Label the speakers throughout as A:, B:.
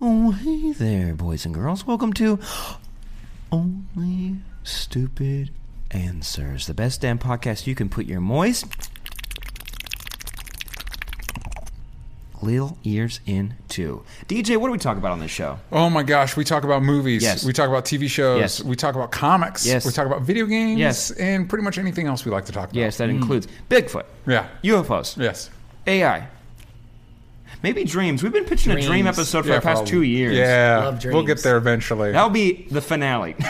A: Oh, hey there, boys and girls. Welcome to Only Stupid Answers, the best damn podcast you can put your moist little ears into. DJ, what do we talk about on this show?
B: Oh my gosh, we talk about movies.
A: Yes.
B: We talk about TV shows.
A: Yes.
B: We talk about comics.
A: Yes.
B: We talk about video games.
A: Yes.
B: And pretty much anything else we like to talk about.
A: Yes, that includes Bigfoot,
B: Yeah.
A: UFOs,
B: Yes.
A: AI, maybe dreams. We've been pitching a dream
C: Dreams.
A: episode for
B: yeah,
A: the past
B: probably.
A: two years.
B: Yeah.
C: Love
B: we'll get
C: dreams.
B: there eventually.
A: That'll be the finale.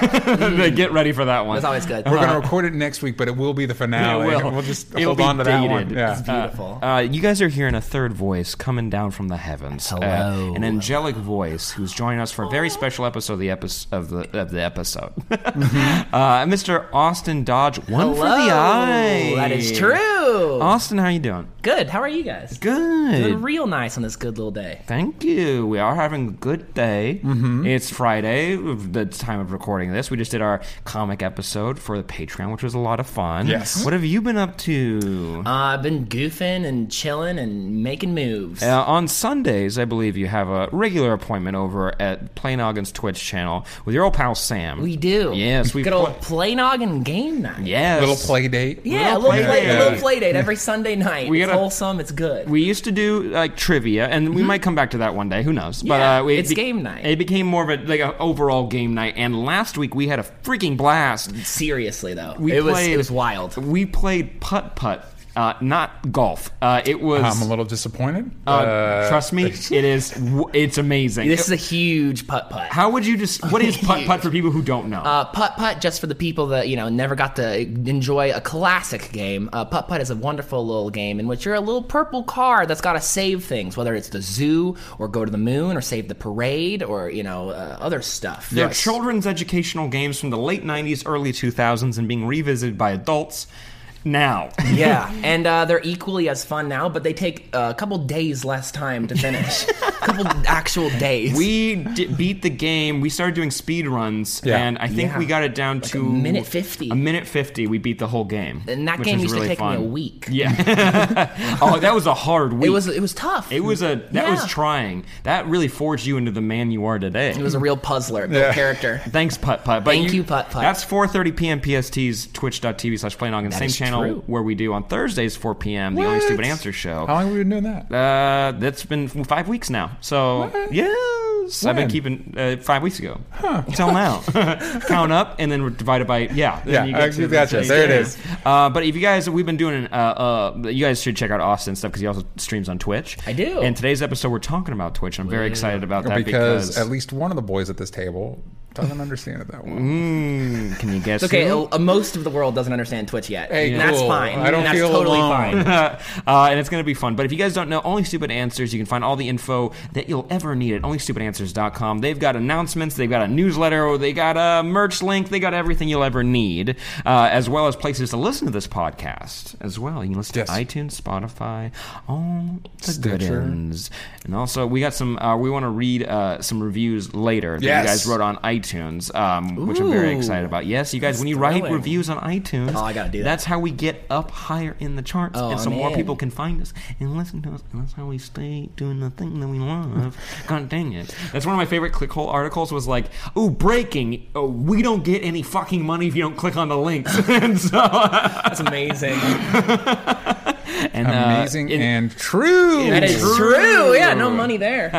A: Get ready for that one.
C: That's always good.
B: We're going to record it next week, but it will be the finale.
A: Uh-huh. It will.
B: We'll just
A: It'll
B: hold
A: be
B: on to that one.
A: dated.
B: Yeah.
C: It's beautiful.
A: Uh, you guys are hearing a third voice coming down from the heavens. Uh,
C: Hello.
A: an angelic voice who's joining us for a very special episode of the, epi- of the, of the episode. uh, Mr. Austin Dodge, one for the eye.
C: That is true.
A: Austin, how you doing?
C: Good. How are you guys? Doing
A: Good.
C: real nice on this good little day.
A: Thank you. We are having a good day.
C: Mm-hmm.
A: It's Friday, the time of recording this. We just did our comic episode for the Patreon, which was a lot of fun.
B: Yes.
A: What have you been up to?
C: Uh, I've been goofing and chilling and making moves.
A: Uh, on Sundays, I believe you have a regular appointment over at Planoggins Twitch channel with your old pal Sam.
C: we do.
A: Yes, we
C: we good old play noggin game night.
A: Yes.
B: Little play date.
C: Yeah, a
A: Little play
C: little play,
A: date.
C: a little play date every Sunday night.
A: We
C: it's
A: gotta-
C: wholesome. It's good.
A: We used to do like trivia, and we might come back to that one day. Who knows?
C: Mm-hmm. Yeah,
A: uh, we,
C: it's game night.
A: It became more of a like an overall game night. And last week we had a freaking blast.
C: Seriously though,
A: We
C: it was
A: played,
C: it was wild.
A: We played putt putt, uh, not golf. Uh, it was.
B: I'm a little disappointed.
A: uh, trust me, it is. w- It's amazing.
C: This is a huge putt putt.
A: How would you just? What is putt putt for people who don't know?
C: Uh, putt putt, just for the people that you know never got to enjoy a classic game. Uh, putt putt is a wonderful little game in which you're a little purple car that's got to save things, whether it's the zoo or go to the moon or save the parade or you know uh, other stuff.
A: They're children's educational games from the late 90s, early 2000s, and being revisited by adults now.
C: Yeah, and uh, they're equally as fun now, but they take uh, a couple days less time to finish. a couple actual days.
A: we d- beat the game. We started doing speed runs,
B: Yeah.
A: and I think
C: Yeah.
A: we got it down to
C: minute 50.
A: A minute 50, we beat the whole game.
C: and that
A: which
C: game
A: was
C: used
A: really
C: to take
A: fun.
C: me a week.
A: Yeah. oh, that was a hard week.
C: It was it was tough.
A: It was a that was
C: Yeah.
A: trying. That really forged you into the man you are today.
C: It was a real puzzler, real character.
A: Thanks, Putt Putt. But
C: Thank you, Putt Putt.
A: That's 4.30 p.m. PST's twitch.tv slash playnoggin. Same
C: is
A: channel
C: true.
A: where we do on Thursdays, 4 p.m., the Only
B: What?
A: Stupid Answer show.
B: How long have we been doing that?
A: Uh, that's been f- five weeks now. So, yes. I've been
B: When?
A: keeping uh, five weeks ago. Until now. Count up and then we're divided by, yeah. then
B: Yeah,
A: you get
B: I-
A: to the
B: gotcha.
A: place.
B: There it is.
A: Uh, but if you guys, we've been doing, uh, uh, you guys should check out Austin stuff because he also streams on Twitch.
C: I do.
A: And today's episode, we're talking about Twitch. And I'm very excited about that
B: because,
A: because.
B: at least one of the boys at this table doesn't understand it that well.
A: Mm, can you guess?
C: It's okay,
A: who?
C: uh, most of the world doesn't understand Twitch yet.
B: Hey,
C: and that's
B: cool.
C: fine.
B: I don't
C: that's
B: feel
C: totally
B: alone.
C: fine.
A: uh, and it's going to be fun. But if you guys don't know Only Stupid Answers, you can find all the info that you'll ever need at onlystupidanswers.com. They've got announcements, they've got a newsletter, they got a merch link, they got everything you'll ever need, uh, as well as places to listen to this podcast as well. You can listen
B: Yes.
A: to iTunes, Spotify, all the good
B: Stitcher.
A: ends. And also, we got some, uh, we want to read uh, some reviews later that
B: Yes.
A: you guys wrote on iTunes, um, which I'm very
C: Ooh.
A: excited about. Yes, you guys, when you write
C: thrilling.
A: reviews on iTunes,
C: Oh, I gotta do that.
A: that's how we get up higher in the charts
C: Oh,
A: and so
C: I'm
A: more
C: in.
A: people can find us and listen to us, and that's how we stay doing the thing that we love. God dang it! That's one of my favorite clickhole articles. Was like, "Ooh, breaking! Oh, we don't get any fucking money if you don't click on the links." and so,
C: That's amazing.
A: and, uh,
B: Amazing
A: and-
B: and true.
C: that is
A: True.
C: true. Yeah, no money there.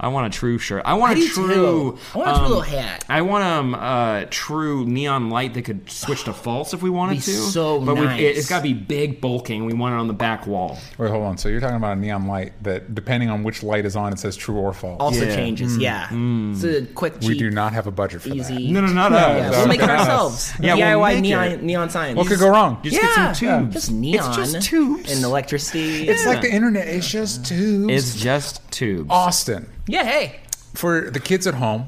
A: I want a true shirt. I want a
C: do
A: true.
C: too. I want a true little hat.
A: I want um uh true neon light that could switch to false if we wanted
C: Be
A: to.
C: so
A: but we, it,
C: nice.
A: it's got to be big, bulking. We want it on the back wall.
B: Wait, hold on. So you're talking about a neon light that, depending on which light is on, it says true or false.
C: Also
A: Yeah.
C: changes, yeah. It's a quick, cheap,
B: Mm. we do not have a budget for that.
C: easy.
A: No, no, not
B: Yeah,
C: Yeah,
A: us.
C: we'll
B: no,
C: make it
B: no.
C: ourselves.
A: Yeah, we'll
C: DIY
A: make
C: neon,
A: it.
C: neon signs.
B: What could go wrong?
A: Just get
C: yeah,
A: some tubes.
C: Just neon.
A: just tubes.
C: And electricity.
B: It's like the internet. It's just tubes.
A: It's just tubes.
B: Austin.
C: yeah, hey.
B: for the kids at home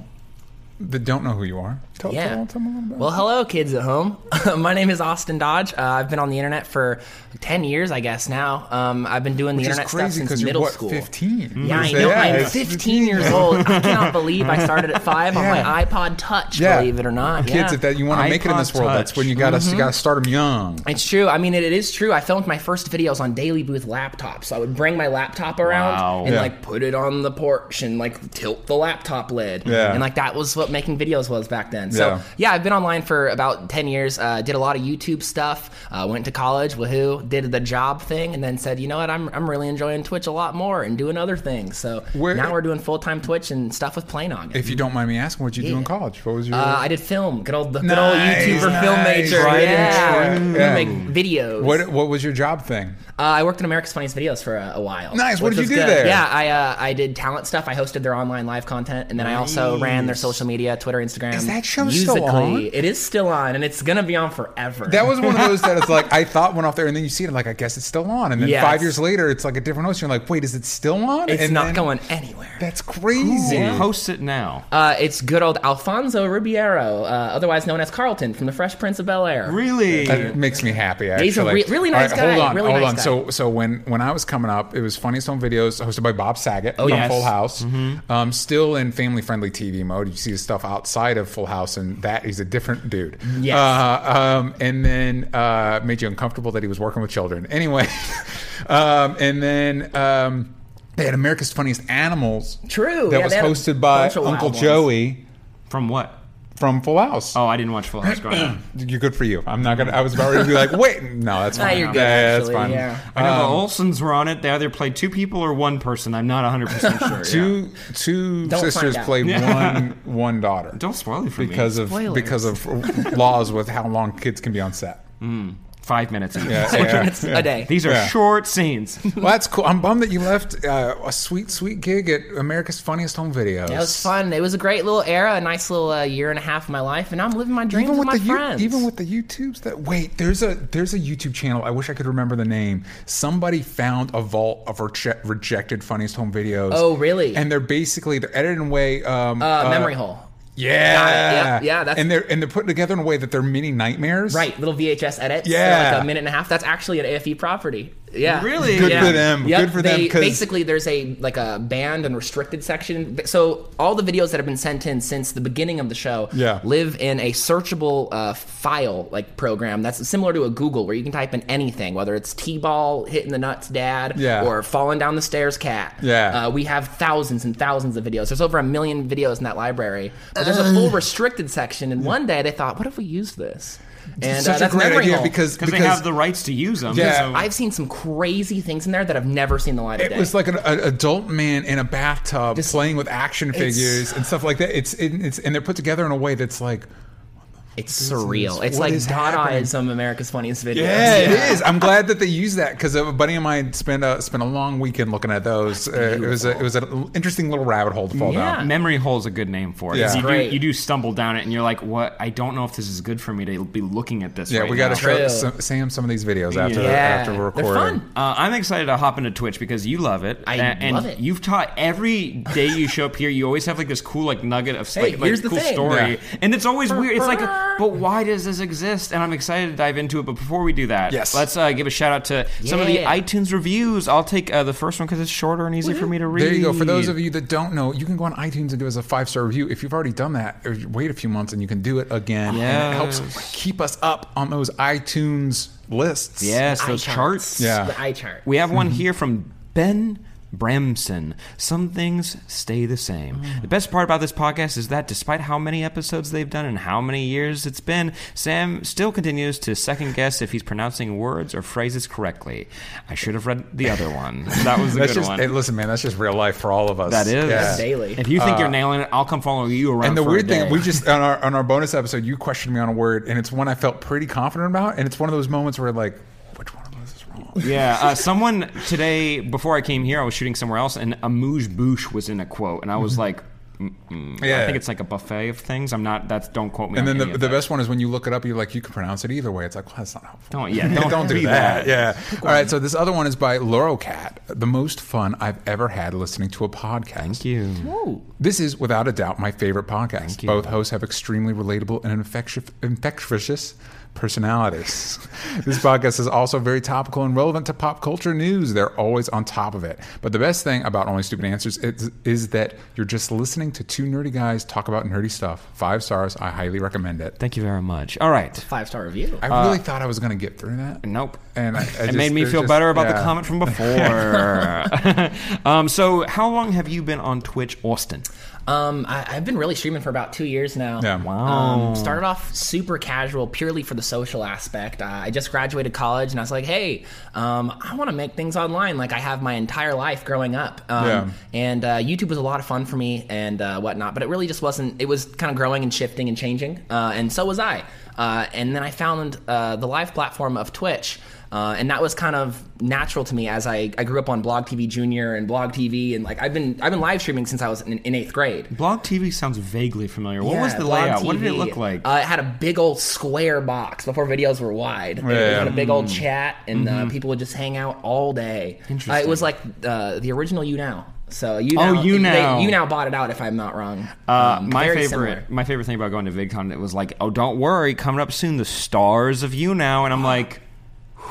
B: that don't know who you are, tell,
C: Yeah.
B: tell, tell them a little bit.
C: Well, hello, kids at home. My name is Austin Dodge. Uh, I've been on the internet for ten years, I guess now. Um, I've been doing the
B: Which is
C: internet
B: crazy
C: stuff
B: because
C: since
B: you're
C: middle
B: what,
C: school.
B: 15?
C: Yeah, I
B: You say,
C: know.
B: yeah,
C: I'm
B: Mm-hmm. it's-
C: 15 years old. I cannot believe I started at five on my iPod Touch.
B: Yeah.
C: Believe it or not,
B: Kids,
C: yeah.
B: if that you want to make it in this
A: iPod
B: world, that's when you got to you got to start them young.
C: It's true. I mean, it, it is true. I filmed my first videos on Daily Booth laptops. So I would bring my laptop around
A: Wow.
C: and
B: Yeah.
C: like put it on the porch and like tilt the laptop lid.
B: Yeah.
C: And like that was what making videos was back then. So
B: Yeah.
C: yeah, I've been online for about 10 years. Uh, did a lot of YouTube stuff. Uh, went to college, woohoo, did the job thing, and then said, you know what, I'm, I'm really enjoying Twitch a lot more and doing other things. So
B: Where-
C: now we're doing full time Twitch and stuff with Playnog.
B: If you don't mind me asking, what'd you do in college? What was your?
C: Uh, I did film. Good old the good
B: Nice,
C: old YouTuber
B: nice.
C: film major.
B: Tried and
C: yeah.
B: true.
C: We
B: Yeah.
C: make videos.
B: what what was your job thing?
C: Uh, I worked in America's Funniest Videos for a, a while.
B: Nice. What
C: which
B: did you
C: was
B: do there?
C: Yeah, I uh, I did talent stuff. I hosted their online live content, and then I also ran their social media, Twitter, Instagram.
B: Is that show still on?
C: It is still on, and it's gonna be on forever.
B: That was one of those that it's like I thought went off there, and then you see it, like I guess it's still on, and then
C: Yes.
B: five years later, it's like a different host. You're like, wait, is it still on?
C: it's
B: and
C: not
B: then-
C: going anywhere.
B: That's crazy.
A: Who hosts it now?
C: Uh, it's good old Alfonso Ribeiro, uh, otherwise known as Carlton from The Fresh Prince of Bel Air.
A: Really?
B: That makes me happy. Actually,
C: he's a re- really nice
B: All right,
C: guy,
B: Hold on,
C: really
B: hold
C: nice
B: on.
C: guy.
B: So, so when when I was coming up, it was Funniest Home Videos, hosted by Bob Saget oh, from
A: yes.
B: Full House.
C: Mm-hmm.
B: Um, still in family friendly TV mode. You see the stuff outside of Full House, and that he's a different dude.
C: Yes.
B: Uh, um, and then uh, made you uncomfortable that he was working with children. Anyway, um, and then. Um, they had America's Funniest Animals.
C: True,
B: That
C: yeah,
B: was
C: they had a
B: hosted by
C: bunch of wild
B: Uncle
C: ones.
B: Joey
A: From what?
B: from Full House.
A: Oh, I didn't watch Full House growing up.
B: You're good for you. I'm not gonna. I was about to be like, wait, no, that's
C: Nah,
B: fine.
C: you're good, actually, yeah.
A: I know
B: Um,
A: the Olsons were on it. They either played two people or one person. I'm not 100 percent sure. yeah.
B: two two
C: Don't find
B: sisters
C: out.
B: played one one daughter
A: Don't spoil it for
B: because
A: me.
B: of
C: Spoilers.
B: because of laws with how long kids can be on set.
A: five minutes. Each.
B: Yeah, yeah,
C: It's
B: yeah.
C: a day.
A: These are
B: Yeah.
A: short scenes.
B: Well, that's cool. I'm bummed that you left uh, a sweet sweet gig at America's Funniest Home Videos.
C: It was fun. It was a great little era, a nice little uh, year and a half of my life, and I'm living my dreams
B: Even
C: with,
B: with,
C: my
B: the you,
C: friends.
B: even with the YouTubes that wait, there's a there's a YouTube channel. I wish I could remember the name. Somebody found a vault of reche- rejected funniest home videos.
C: Oh, really?
B: And they're basically they're edited in a way. Um,
C: uh, memory hole.
B: Yeah,
C: Yeah, yeah, that's-
B: and they're and they're put together in a way that they're mini nightmares.
C: Right, little VHS edits.
B: Yeah.
C: Yeah, like a minute and a half. That's actually an AFE property. Yeah,
A: Really?
B: Good
A: Yeah.
B: for them.
C: Yep,
B: Good for them
C: they-
B: because
C: basically there's a like a banned and restricted section. So all the videos that have been sent in since the beginning of the show
B: Yeah.
C: live in a searchable uh, file like program that's similar to a Google where you can type in anything, whether it's T-ball hitting the nuts, dad,
B: Yeah.
C: or falling down the stairs, cat.
B: Yeah.
C: uh, we have thousands and thousands of videos. There's over a million videos in that library, but there's
B: Uh.
C: a full restricted section. And one day they thought, what if we use this? And uh,
B: such uh, a
C: that's
B: great
C: memory
B: idea
C: hole.
B: because
A: because they have the rights to use them.
B: Yeah.
A: so-
C: I've seen some crazy things in there that I've never seen the light of
B: it
C: day.
B: was like an, an adult man in a bathtub playing with action figures and stuff like that. It's it, it's and they're put together in a way that's like
C: It's surreal. It's
B: What
C: like
B: is happening?
C: Dadaism, America's Funniest Videos.
B: Yeah, it is. I'm glad that they use that because a buddy of mine spent a spent a long weekend looking at those. Uh, it was a, it was an interesting little rabbit hole to fall
C: Yeah.
B: down.
A: Memory hole's a good name for it.
B: Yeah.
A: 'Cause You,
C: Great.
A: do, you do stumble down it, and you're like, "What? I don't know if this is good for me to be looking at this."
B: Yeah,
A: right
B: we got to
A: now."
B: show
C: True.
B: some, Sam some of these videos after
C: Yeah.
B: after we're
C: They're
B: recording.
C: fun.
A: Uh, I'm excited to hop into Twitch because you love it.
C: I
A: A- and
C: love it.
A: You've taught every day you show up here. You always have like this cool like nugget of
C: Hey,
A: like,
C: here's the
A: cool
C: thing.
A: story,
B: Yeah.
A: and it's always weird. It's like, but why does this exist? And I'm excited to dive into it. But before we do that,
B: Yes.
A: let's uh, give a shout out to some of the
C: Yeah.
A: iTunes reviews. I'll take uh, the first one because it's shorter and easier for me to read.
B: There you go. For those of you that don't know, you can go on iTunes and give us a five star review. If you've already done that, or you wait a few months and you can do it again. And it helps
A: Yes.
B: keep us up on those iTunes lists.
A: yes,
C: Eye
A: those
C: charts.
A: charts.
B: Yeah.
C: The eye chart.
A: We have one here from Ben Bramson. Some things stay the same. The best part about this podcast is that despite how many episodes they've done and how many years it's been, Sam still continues to second guess if he's pronouncing words or phrases correctly. I should have read the other one. That was the
B: That's
A: good
B: just,
A: one.
B: hey, listen, man, that's just real life for all of us.
A: that is
B: Yeah. Uh,
C: daily.
A: If you think you're nailing it, I'll come follow you around.
B: And the
A: for a
B: weird thing,
A: day.
B: we just on our on our bonus episode, you questioned me on a word, and it's one I felt pretty confident about, and it's one of those moments where like, which one of us is wrong?
A: Yeah, uh, someone today before I came here, I was shooting somewhere else, and Amouge Bouche was in a quote, and I was like, Mm-mm. I
B: Mm-hmm. Yeah.
A: think it's like a buffet of things. I'm not. That's don't quote me.
B: And
A: on
B: then the,
A: any of
B: the
A: that.
B: best one is when you look it up, you're like, you can pronounce it either way. It's like, well, that's not helpful.
A: Don't yeah. Don't,
B: Don't do that. Yeah. All right. So this other one is by Lorocat. The most fun I've ever had listening to a podcast.
A: Thank you.
C: Ooh.
B: This is, without a doubt, my favorite podcast. Both hosts have extremely relatable and infectious, infectious personalities. this podcast is also very topical and relevant to pop culture news. They're always on top of it. But the best thing about Only Stupid Answers is, is that you're just listening to two nerdy guys talk about nerdy stuff. Five stars. I highly recommend it.
A: Thank you very much. All right.
C: Five star review.
A: Uh,
B: I really thought I was going to get through that.
A: Nope.
B: And I, I
A: it
B: just-
A: made me
B: was
A: feel
B: just-
A: better about the
B: yeah.
A: comment from before. um, so, how long have you been on Twitch, Austin?
C: Um, I, I've been really streaming for about two years now.
B: Yeah.
C: Um, started off super casual, purely for the social aspect. Uh, I just graduated college, and I was like, "Hey, um, I want to make things online, like I have my entire life growing up." Um,
B: Yeah.
C: And uh, YouTube was a lot of fun for me and uh, whatnot, but it really just wasn't. It was kind of growing and shifting and changing, uh, and so was I. Uh, and then I found uh, the live platform of Twitch. Uh, and that was kind of natural to me as I, I grew up on Blog TV Junior and Blog TV and like I've been I've been live streaming since I was in, in eighth grade.
A: Blog TV sounds vaguely familiar. What was
C: Yeah,
A: the
C: Blog
A: layout? What did it
C: TV.
A: look like?
C: Uh, it had a big old square box before videos were wide. It
B: Yeah.
C: had a big
A: Mm.
C: old chat, and uh, people would just hang out all day. Uh, it
A: Mm-hmm. Interesting.
C: was like uh, the original You Now. So you
A: Oh,
C: now,
A: You
C: they-
A: Now.
C: you now bought it out if I'm not wrong.
A: Uh,
C: Um,
A: my
C: very
A: favorite,
C: similar.
A: my favorite thing about going to VidCon, it was like, oh, don't worry, coming up soon, the stars of you now, and I'm like.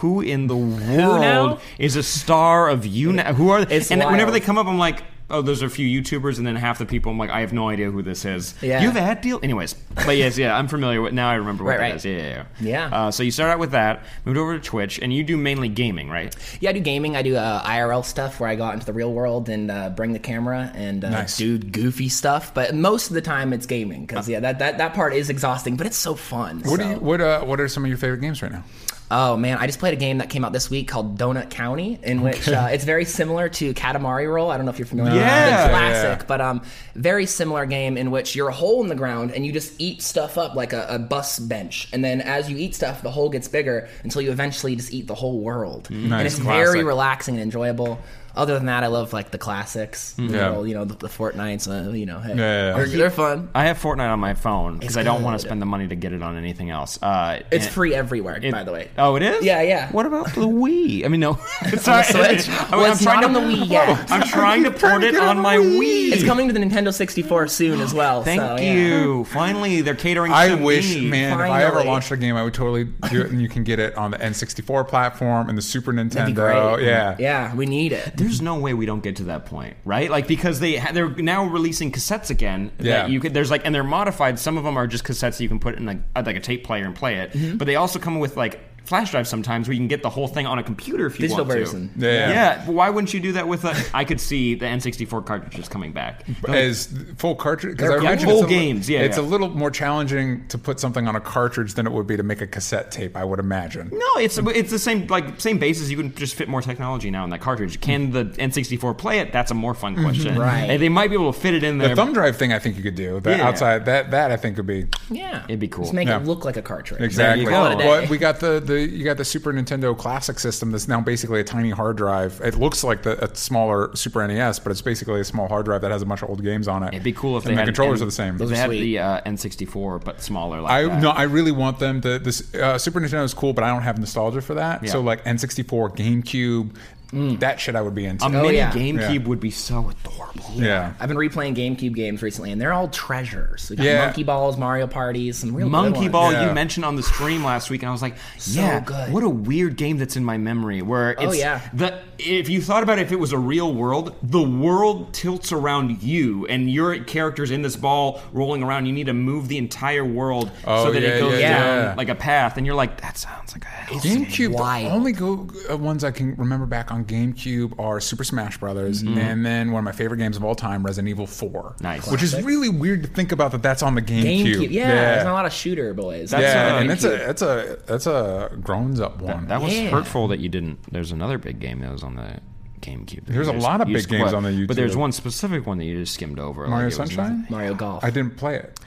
A: Who in the
C: now?
A: world is a star of you now? Who are
C: It's
A: and
C: wild.
A: whenever they come up, I'm like, oh, those are a few YouTubers, and then half the people, I'm like, I have no idea who this is.
C: Yeah.
A: You have a hat deal, anyways. But yes, yeah, I'm familiar with. Now I remember what
C: Right,
A: that is.
C: right.
A: Yeah, yeah, yeah.
C: Yeah.
A: Uh, so you start out with that, moved over to Twitch, and you do mainly gaming, right?
C: Yeah, I do gaming. I do uh, IRL stuff where I go out into the real world and uh, bring the camera and uh,
B: Nice.
C: do goofy stuff. But most of the time, it's gaming because yeah, that, that that part is exhausting, but it's so fun.
B: What,
C: so.
B: do you, what, uh, what are some of your favorite games right now?
C: Oh man, I just played a game that came out this week called Donut County, in which uh, it's very similar to Katamari Roll. I don't know if you're familiar. with that.
A: Yeah.
C: the classic,
B: Yeah.
C: but um, very similar game in which you're a hole in the ground and you just eat stuff up like a, a bus bench, and then as you eat stuff, the hole gets bigger until you eventually just eat the whole world.
B: Mm. Nice,
C: and it's very
B: classic.
C: relaxing and enjoyable. Other than that, I love like the classics, the
B: Mm-hmm. Yeah.
C: little, you know, the, the Fortnites, uh, you know,
B: yeah,
C: hey,
B: yeah.
C: They're, they're fun.
A: I have Fortnite on my phone because
C: It's
A: I don't want to
C: good.
A: spend the money to get it on anything else. Uh,
C: It's
A: and-
C: free everywhere,
A: It-
C: by the way.
A: Oh, it is.
C: Yeah, yeah.
A: What about the Wii? I mean, no. Sorry,
C: Switch?
A: I mean,
C: Well, it's not on the Wii yet.
A: I'm trying to port it on my Wii.
C: It's coming to the Nintendo 64 soon as well.
A: Thank
C: so, yeah.
A: you. Finally, they're catering.
B: I
A: to
B: wish,
A: me.
B: man, if I ever
C: Finally.
B: launched a game, I would totally do it. And you can get it on the N64 platform and the Super
C: That'd be
B: Nintendo.
C: great.
B: Yeah.
C: Yeah, we need it.
A: There's no way we don't get to that point, right? Like because they ha- they're now releasing cassettes again. that
B: Yeah.
A: you could. There's like and they're modified. Some of them are just cassettes that you can put in like a, like a tape player and play it.
C: Mm-hmm.
A: But they also come with like flash drives sometimes where you can get the whole thing on a computer if you
C: Digital
A: want to.
C: version.
B: Yeah.
A: Yeah. but why wouldn't you do that with a? I could see the N64 cartridges coming back.
B: As full cartridge, because
A: They're
B: I imagine
A: full
B: it's a li-
A: games, yeah,
B: it's
A: yeah.
B: a little more challenging to put something on a cartridge than it would be to make a cassette tape. I would imagine.
A: No, it's it's the same like same basis. You can just fit more technology now in that
B: Hmm.
A: cartridge. Can the N64 play it? That's a more fun question.
C: Mm-hmm. Right.
A: And they might be able to fit it in there.
B: The thumb drive thing, I think you could do that
A: Yeah.
B: outside. That that I think would be
C: Yeah.
A: It'd be cool.
C: Just make
B: Yeah.
C: it look like a cartridge.
B: exactly.
A: go. Call it a
C: day.
B: But we got the, the you got the Super Nintendo Classic system that's now basically a tiny hard drive. It looks like the, a smaller Super NES, but it's basically a small hard drive that has a bunch of old games on it.
A: It'd be cool if
B: and
A: they
B: the
A: had
B: controllers
A: and
B: are the same.
A: If
C: are
A: they had
C: sweet.
A: the uh, N64 but smaller like
B: I
A: that.
B: no, I really want them. The this uh, Super Nintendo is cool, but I don't have nostalgia for that.
A: Yeah. Mm.
B: So like N64, GameCube, that shit I would be into.
A: a mini
C: Oh, yeah.
A: GameCube
B: Yeah.
A: would be so adorable.
B: yeah.
C: I've been replaying GameCube games recently, and they're all treasures. We got
B: Yeah.
C: Monkey Balls, Mario Parties, some real
A: Monkey
C: good ones.
A: Ball
B: Yeah.
A: you mentioned on the stream last week, and I was like,
C: So
A: "Yeah,
C: good.
A: what a weird game that's in my memory." Where it's
C: yeah.
A: the if you thought about it, if it was a real world, the world tilts around you, and your character's in this ball rolling around. You need to move the entire world so
B: Oh,
A: that it
B: yeah,
A: goes
B: yeah,
A: down
B: yeah.
A: like a path, and you're like, "That sounds like a hell."
B: GameCube.
C: wild.
B: The only go, uh, ones I can remember back on GameCube are Super Smash Brothers, and then one of my favorite games of all time, Resident Evil Four.
A: Mm-hmm. Nice.
B: Which is really weird to think about that. That's on the GameCube.
C: GameCube. Yeah, there's not a lot of shooter boys.
A: That's
B: yeah,
A: not on
B: and that's a
A: GameCube.
B: that's a that's a grown up one.
A: That was
C: Yeah.
A: hurtful that you didn't. There's another big game that was on the GameCube.
B: There's a
A: You
B: lot of
A: you
B: big games
A: skipped.
B: on the
A: but there's
B: YouTube.
A: one specific one that you just skimmed over. like
B: Mario
A: it was nothing.
B: Sunshine.
C: Mario Golf.
B: I didn't play it.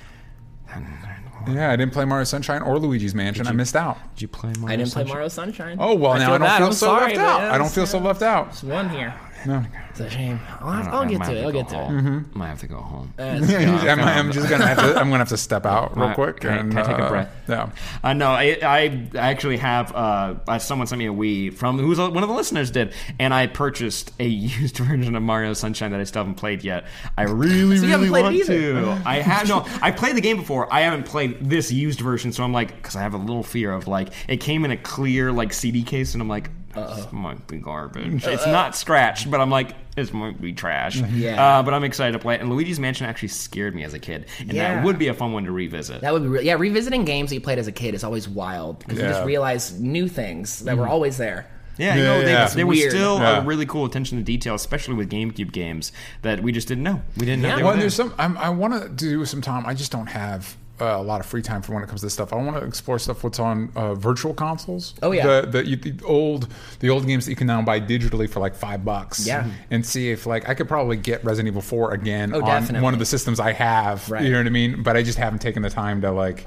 B: Yeah, I didn't play Mario Sunshine or Luigi's Mansion. I missed out.
A: Did you play? Mario
C: I didn't play
A: Sunshine?
C: Mario Sunshine.
B: Oh well, now I don't
C: bad.
B: feel
C: I'm
B: so
C: sorry,
B: left
C: but
B: out.
C: yeah,
B: I don't
C: it's-
B: feel so left out.
C: There's one here.
B: No.
C: It's a shame. I'll,
A: I
C: have,
A: don't-
C: I'll
A: I
C: get
A: might
C: to it. I'll
A: have go
C: get to it.
A: home. Might have to go home.
B: I'm, I'm just gonna have to. I'm gonna have to step out real
A: Right.
B: quick.
A: Can I-
B: and,
A: can I take a
B: uh,
A: breath?
B: Yeah.
A: Uh, no, I, I actually have. Uh, uh, someone sent me a Wii from who's a, one of the listeners did, and I purchased a used version of Mario Sunshine that I still haven't played yet. I really,
C: So you haven't
A: really
C: played
A: want
C: it either.
A: to. I have no. I played the game before. I haven't played this used version, so I'm like, because I have a little fear of like it came in a clear like CD case, and I'm like, this might be garbage. It's not scratched, but I'm like, this might be trash.
C: Yeah.
A: Uh, but I'm excited to play it. And Luigi's Mansion actually scared me as a kid, and
C: Yeah.
A: that would be a fun one to revisit.
C: That would be re- yeah. Revisiting games that you played as a kid is always wild because you just
B: Yeah. Mm.
C: realize new things that were always there.
A: Yeah, you
B: Yeah,
A: know, they,
B: yeah.
A: there was
C: Weird.
A: still
B: Yeah.
A: a really cool attention to detail, especially with GameCube games that we just didn't know. We didn't know.
C: Yeah.
A: They
B: Well,
A: were
B: there's
A: there.
B: some. I'm, I want to do some time. I just don't have uh, a lot of free time for when it comes to this stuff. I want to explore stuff what's on uh, virtual consoles.
C: Oh, yeah.
B: the, the, you- the old the old games that you can now buy digitally for like five bucks. Mm-hmm.
C: Yeah. Oh,
B: and see if like I could probably get Resident Evil Four again on
C: definitely.
B: one of the systems I have.
C: Right.
B: You know what I mean? But I just haven't taken the time to like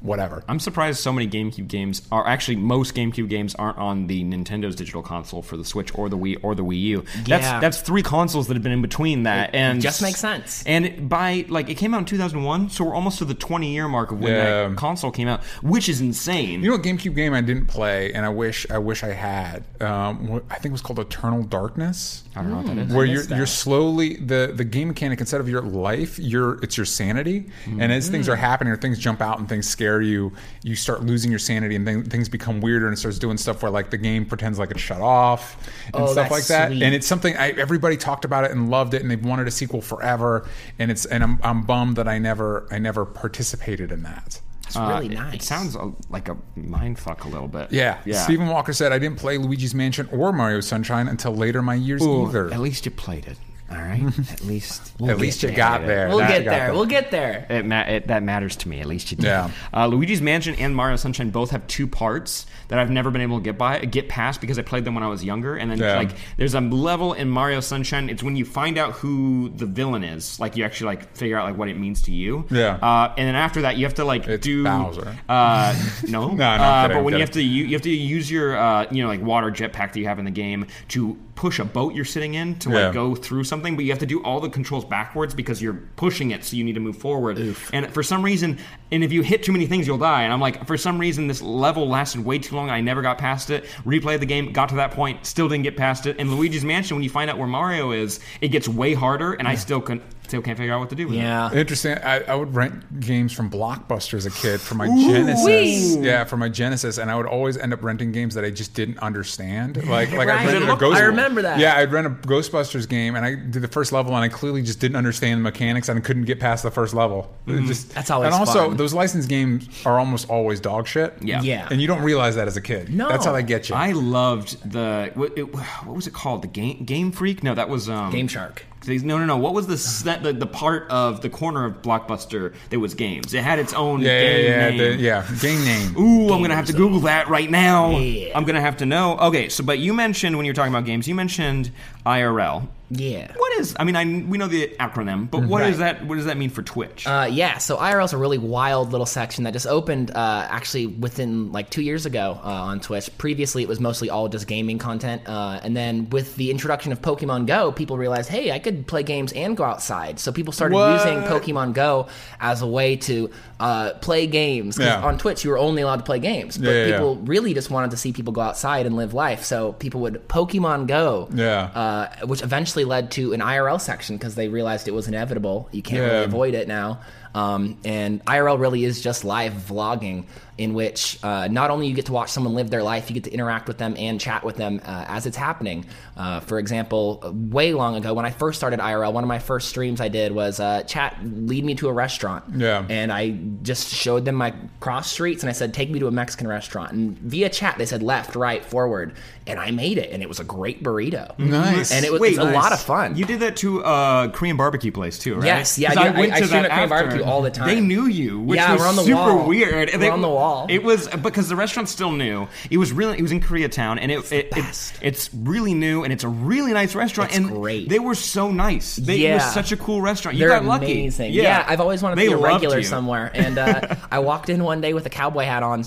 B: whatever.
A: I'm surprised so many GameCube games are actually most GameCube games aren't on the Nintendo's digital console for the Switch or the Wii or the Wii U.
C: Yeah.
A: That's that's three consoles that have been in between that, and
C: just makes sense.
A: And it- by like it came out in 2001, so we're almost to the 20 year mark of when
B: Yeah.
A: that console came out, which is insane.
B: You know what GameCube game I didn't play, and I wish I wish I had. Um, what, I think it was called Eternal Darkness.
A: Hmm. I don't know what that is.
B: where you're you're slowly the the game mechanic instead of your life your it's your sanity and as things
A: Hmm.
B: are happening or things jump out and things scare you you start losing your sanity and then things become weirder and it starts doing stuff where like the game pretends like it's shut off and
C: Oh,
B: stuff
C: that's
B: like that
C: sweet.
B: and it's something I, everybody talked about it and loved it and they've wanted a sequel forever and it's and I'm, I'm bummed that I never I never participated in that
C: It's really
A: Uh, it-
C: nice.
A: It sounds a, like a mind fuck a little bit.
B: yeah.
A: yeah.
B: Stephen Walker said I didn't play Luigi's Mansion or Mario Sunshine until later in my years
A: Ooh,
B: either
A: At least you played it. All right. at least.
B: at least you got there
C: We'll
B: That-
C: get
B: you got
C: there. We'll get there.
A: It, ma- it that matters to me. At least you did.
B: Yeah.
A: Uh, Luigi's Mansion and Mario Sunshine both have two parts that I've never been able to get by, get past because I played them when I was younger. And then
B: Yeah.
A: like, there's a level in Mario Sunshine. It's when you find out who the villain is. Like you actually like figure out like what it means to you.
B: Yeah.
A: Uh, and then after that, you have to like
B: It's
A: do
B: Bowser.
A: Uh, no.
B: No, no, I'm
A: Uh,
B: kidding,
A: but
B: I'm
A: when you
B: kidding.
A: have to you, you have to use your uh, you know like water jetpack that you have in the game to push a boat you're sitting in to like
B: Yeah.
A: go through something, but you have to do all the controls backwards because you're pushing it, so you need to move forward. And for some reason, and if you hit too many things, you'll die. And I'm like, for some reason, this level lasted way too long. I never got past it. Replayed the game, got to that point, still didn't get past it. And Luigi's Mansion, when you find out where Mario is, it gets way harder, and I still can still can't figure out what to do with it.
C: Yeah.
B: Interesting. I, I would rent games from Blockbuster as a kid for my Genesis. Yeah, for my Genesis, and I would always end up renting games that I just didn't understand. Like, like
C: Right.
B: I rented a
C: Look,
B: Ghost.
C: I remember that.
B: Yeah, I'd rent a Ghostbusters game, and I did the first level, and I clearly just didn't understand the mechanics, and I couldn't get past the first level. It Just
C: That's always
B: And also,
C: fun.
B: those licensed games are almost always dog shit.
A: Yeah.
C: Yeah.
B: And you don't realize that as a kid.
C: No.
B: That's how they get you.
A: I loved the what, it, what was it called? The game Game Freak? No, that was um,
C: Game Shark.
A: These- No, no, no. What was the, set, the the part of the corner of Blockbuster that was games? It had its own
B: yeah, yeah,
A: game
B: yeah,
A: name.
B: the- yeah. Game name.
A: Ooh, I'm gonna have to Google that right now.
C: Yeah.
A: I'm gonna have to know. Okay, so but you mentioned when you were talking about games, you mentioned IRL.
C: Yeah.
A: What is? I mean, I we know the acronym, but what is that? What does that mean for Twitch?
C: Uh, yeah, so IRL's a really wild little section that just opened uh, actually within like two years ago uh, on Twitch. Previously, it was mostly all just gaming content. Uh, and then with the introduction of Pokemon Go, people realized, hey, I could play games and go outside. So people started
B: What?
C: using Pokemon Go as a way to uh, play games. 'Cause
B: Yeah.
C: on Twitch, you were only allowed to play games. But
B: Yeah, yeah, yeah.
C: people really just wanted to see people go outside and live life. So people would Pokemon Go,
B: Yeah.
C: uh, which eventually led to an IRL section because they realized it was inevitable. You can't really
B: Yeah.
C: avoid it now. Um, and IRL really is just live vlogging, in which uh, not only you get to watch someone live their life, you get to interact with them and chat with them uh, as it's happening. Uh, for example, way long ago when I first started IRL, one of my first streams I did was uh, chat, lead me to a restaurant.
B: Yeah.
C: And I just showed them my cross streets and I said, take me to a Mexican restaurant. And via chat, they said left, right, forward. And I made it. And it was a great burrito.
B: Nice.
C: And it was it's a lot of fun.
A: You did that to uh, Korean barbecue place too, right?
C: Yes, yeah,
A: 'Cause
C: I do. I- I stream at Korean barbecue all the time.
A: They knew you, which
C: Yeah,
A: was
C: we're on the
A: super
C: wall.
A: weird. And
C: We're
A: they-
C: on the wall.
A: It was because the restaurant's still new. It was really it was in Koreatown, and it, it, it- it's really new and it's a really nice restaurant.
C: It's
A: and
C: great.
A: they were so nice. They, It
C: Yeah.
A: was such a cool restaurant. You
C: They're
A: got lucky.
C: amazing.
A: Yeah.
C: Yeah. I've always wanted to
A: They
C: be a
A: loved
C: regular
A: you.
C: somewhere. And uh, I walked in one day with a cowboy hat on,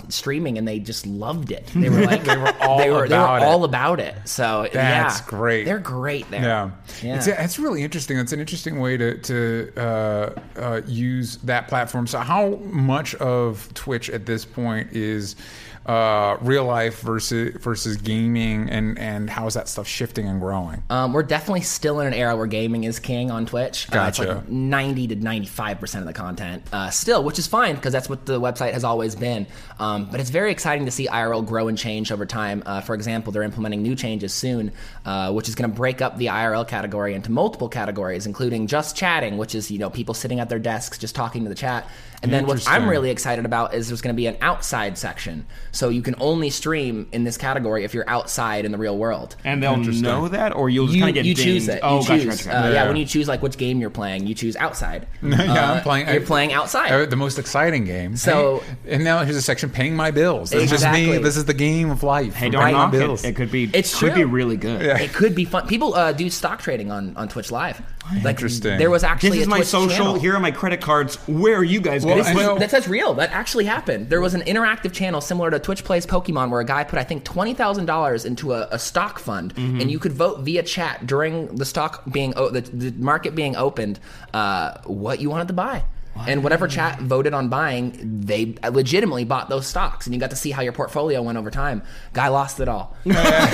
C: streaming, and they just loved it. They were like, they were
B: all
C: they were,
B: about it.
C: all about it. So
B: That's
C: yeah.
B: great.
C: They're great there.
B: Yeah.
C: Yeah.
B: It's, it's really interesting. It's an interesting way to, to uh, uh, use that platform. So, how much of Twitch at this point is uh, real life versus versus gaming, and, and how is that stuff shifting and growing?
C: Um, we're definitely still in an era where gaming is king on Twitch. Uh, it's
B: Gotcha.
C: like 90 to 95% of the content uh, still, which is fine because that's what the website has always been. Um, but it's very exciting to see IRL grow and change over time. Uh, for example, they're implementing new changes soon, uh, which is going to break up the IRL category into multiple categories, including just chatting, which is, you know, people sitting at their desks just talking to the chat. And then what I'm
B: Interesting.
C: really really excited about is there's going to be an outside section. So you can only stream in this category if you're outside in the real world.
A: And they'll know that, or you'll just
C: You,
A: kind of get
C: you
A: dinged.
C: choose it.
A: Oh,
C: you
A: gotcha,
C: choose.
A: gotcha,
C: Uh,
A: gotcha.
C: yeah.
B: Yeah.
C: when you choose like which game you're playing, you choose outside.
B: yeah,
C: Uh,
B: I'm playing.
C: You're playing outside.
B: Uh, the most exciting game.
C: So-
B: Hey, and now here's a section paying my bills. It's just
C: Exactly.
B: me. This is the game of life.
A: hey,
B: I'm
A: don't
B: paying my
A: knock
B: bills.
A: it. It could be.
C: It's
A: could be
C: true.
A: really good.
C: it could be fun. People uh, do stock trading on, on Twitch Live. Like,
B: Interesting.
C: There was actually
A: This is
C: a
A: my
C: Twitch
A: social.
C: channel.
A: Here are my credit cards. Where are you guys
B: Well,
A: going?
B: I
C: This-
B: know-
C: That's, that's real. That actually happened. There was an interactive channel similar to Twitch Plays Pokemon where a guy put, I think, $20,000 into a, a stock fund and you could vote via chat during the stock being, o- the, the market being opened, uh, what you wanted to buy. And whatever chat voted on buying, they legitimately bought those stocks, and you got to see how your portfolio went over time. Guy lost it all.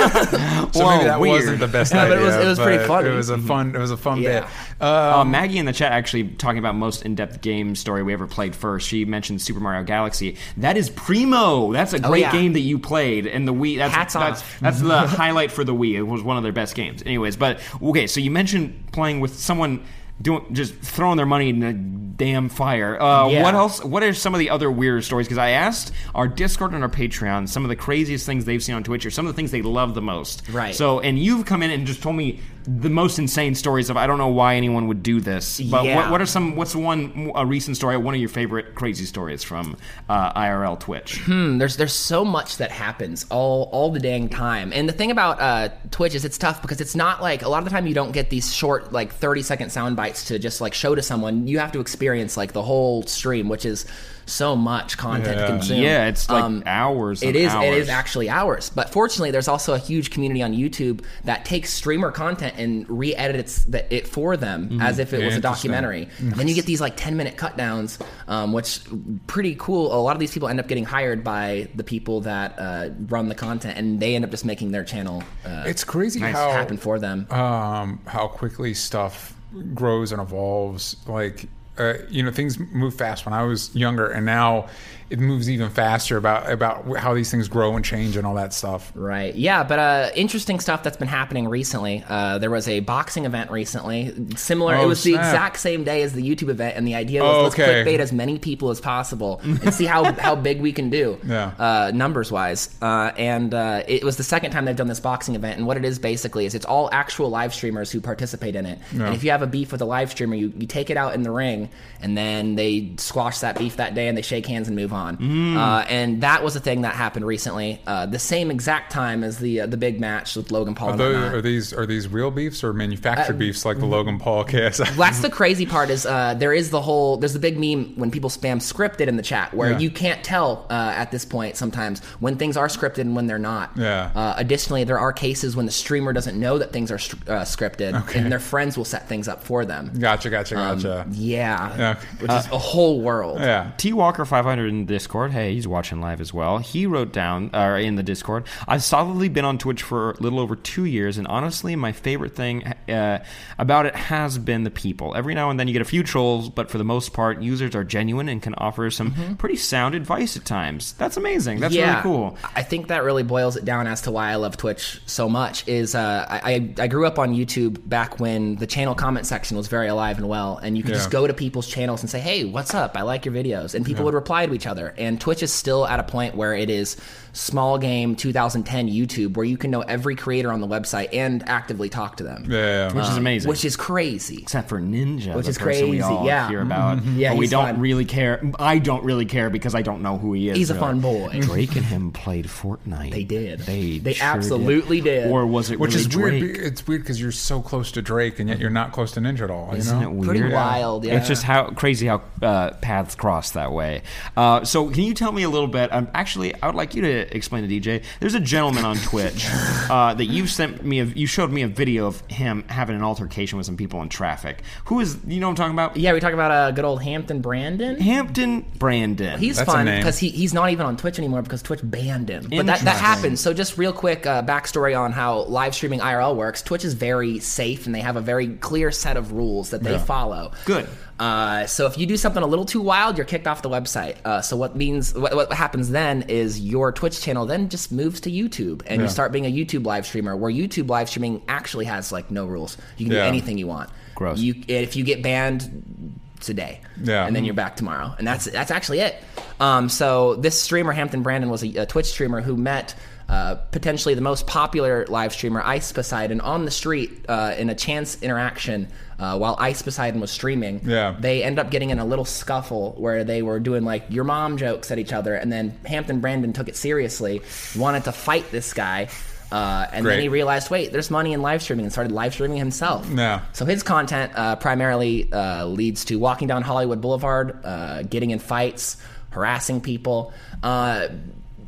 B: So
A: Whoa,
B: maybe that
A: weird.
B: wasn't the best
C: Yeah,
B: idea.
C: but it was- it was pretty
B: but
C: funny.
B: It was a fun. It was a fun
C: Yeah.
B: bit. Uh,
C: um,
A: Uh, Maggie in the chat actually talking about most in-depth game story we ever played first. She mentioned Super Mario Galaxy. That is primo. That's a great
C: Oh, yeah.
A: game that you played, and the Wii. That's
C: Hats
A: that's,
C: off.
A: that's the highlight for the Wii. It was one of their best games. Anyways, but okay, so you mentioned playing with someone doing just throwing their money in the damn fire. Uh,
C: Yeah.
A: What else? What are some of the other weird stories? Because I asked our Discord and our Patreon some of the craziest things they've seen on Twitch or some of the things they love the most.
C: Right.
A: So and you've come in and just told me the most insane stories of I don't know why anyone would do this. But
C: Yeah.
A: what, what are some? What's one a recent story? One of your favorite crazy stories from uh, IRL Twitch?
C: Mm, there's there's so much that happens all all the dang time. And the thing about uh, Twitch is it's tough because it's not like a lot of the time you don't get these short like 30 second sound bites to just like show to someone. You have to experience like the whole stream, which is so much content
B: Yeah.
C: to consume.
A: yeah, it's like
C: Um,
A: hours.
C: It
A: and
C: is.
A: Hours.
C: It is actually ours. But fortunately, there's also a huge community on YouTube that takes streamer content and re-edits the, it for them as if it was
B: Mm-hmm.
C: a
B: Interesting.
C: documentary. Then you get these like 10 minute cut downs, um, which pretty cool. A lot of these people end up getting hired by the people that uh, run the content, and they end up just making their channel uh,
B: it's crazy how
C: happen for them.
B: um, how quickly stuff grows and evolves. Like, uh, you know, things move fast when I was younger, and now it moves even faster about about how these things grow and change and all that stuff.
C: Right. Yeah, but uh, interesting stuff that's been happening recently. Uh, there was a boxing event recently, similar. it
B: Oh,
C: was the
B: snap.
C: exact same day as the YouTube event, and the idea was
B: Oh,
C: let's
B: okay.
C: clickbait as many people as possible and see how, how big we can do,
B: Yeah.
C: uh, numbers wise. Uh, and uh, it was the second time they've done this boxing event, and what it is basically is it's all actual live streamers who participate in it. And if you have a beef with a live streamer, you, you take it out in the ring, and then they squash that beef that day, and they shake hands and move on. Uh, and that was a thing that happened recently, uh, the same exact time as the uh, the big match with Logan Paul.
B: Are,
C: and
B: those,
C: whatnot.
B: are these are these real beefs or
C: Uh,
B: manufactured beefs like the
C: mm-hmm.
B: Logan Paul case?
C: That's the crazy part is uh, there is the whole there's the big meme when people spam scripted in the chat where
B: Yeah.
C: you can't tell uh, at this point sometimes when things are scripted and when they're not.
B: Yeah.
C: Uh, additionally, there are cases when the streamer doesn't know that things are str- uh, scripted
B: Okay.
C: and their friends will set things up for them.
B: gotcha, gotcha,
C: um,
B: gotcha.
C: Yeah,
B: Yeah.
C: which is a whole world.
B: yeah.
A: T Walker 500 in Discord. Hey, he's watching live as well. He wrote down or in the Discord. I've solidly been on Twitch for a little over two years, and honestly, my favorite thing uh, about it has been the people. Every now and then, you get a few trolls, but for the most part, users are genuine and can offer some
C: Mm-hmm.
A: pretty sound advice at times. That's amazing. That's really cool.
C: I think that really boils it down as to why I love Twitch so much. Is uh, I I I grew up on YouTube back when the channel comment section was very alive and well, and you could just
B: Yeah.
C: go to people's channels and say, "Hey, what's up? I like your videos," and people would reply to each other. And Twitch is still at a point where it is small game 2010 YouTube, where you can know every creator on the website and actively talk to them,
B: Yeah,
A: Which is amazing.
C: Uh, which is crazy.
A: except for Ninja,
C: Which
A: the
C: is
A: person We
C: crazy,
A: all
C: yeah. Mm-hmm.
A: hear about.
C: Yeah,
A: but we
C: he's
A: don't
C: fun.
A: really care. I don't really care because I don't know who he is.
C: He's a
A: really.
C: fun boy.
A: Drake and him played Fortnite.
C: They did.
A: They
C: They
A: sure
C: absolutely did.
A: Or was it
B: which
A: really
B: is
A: Drake?
B: weird. be- It's weird because you're so close to Drake and yet you're not close to Ninja at all. You
A: Isn't
B: know?
A: it weird?
C: Pretty wild, yeah.
A: It's just how crazy how uh, paths cross that way. Uh, so can you tell me a little bit? Um, actually, I would like you to explain to DJ. There's a gentleman on Twitch uh, that you sent me. A, you showed me a video of him having an altercation with some people in traffic. Who is you know what I'm talking about?
C: Yeah, we talk about uh, good old Hampton Brandon.
A: Hampton Brandon.
C: He's
B: That's a
C: fun
B: name.
C: because he, he's not even on Twitch anymore because Twitch banned him. But that, that happens. So just real quick uh, backstory on how live streaming IRL works. Twitch is very safe and they have a very clear set of rules that they follow.
A: Good.
C: Uh, so if you do something a little too wild, you're kicked off the website. Uh, so what means what, what happens then is your Twitch channel then just moves to YouTube and you start being a YouTube live streamer where YouTube live streaming actually has like no rules. You can
B: Yeah.
C: do anything you want.
A: Gross.
C: You if you get banned today,
B: Yeah.
C: and then you're back tomorrow, and that's that's actually it. Um, so this streamer Hampton Brandon was a, a Twitch streamer who met. Uh, potentially the most popular live streamer, Ice Poseidon, on the street uh, in a chance interaction uh, while Ice Poseidon was streaming.
B: Yeah.
C: They end up getting in a little scuffle where they were doing like your mom jokes at each other, and then Hampton Brandon took it seriously, wanted to fight this guy. Uh, and
B: Great.
C: then he realized, wait, there's money in live streaming, and started live streaming himself.
B: Yeah.
C: So his content uh, primarily uh, leads to walking down Hollywood Boulevard, uh, getting in fights, harassing people. Uh,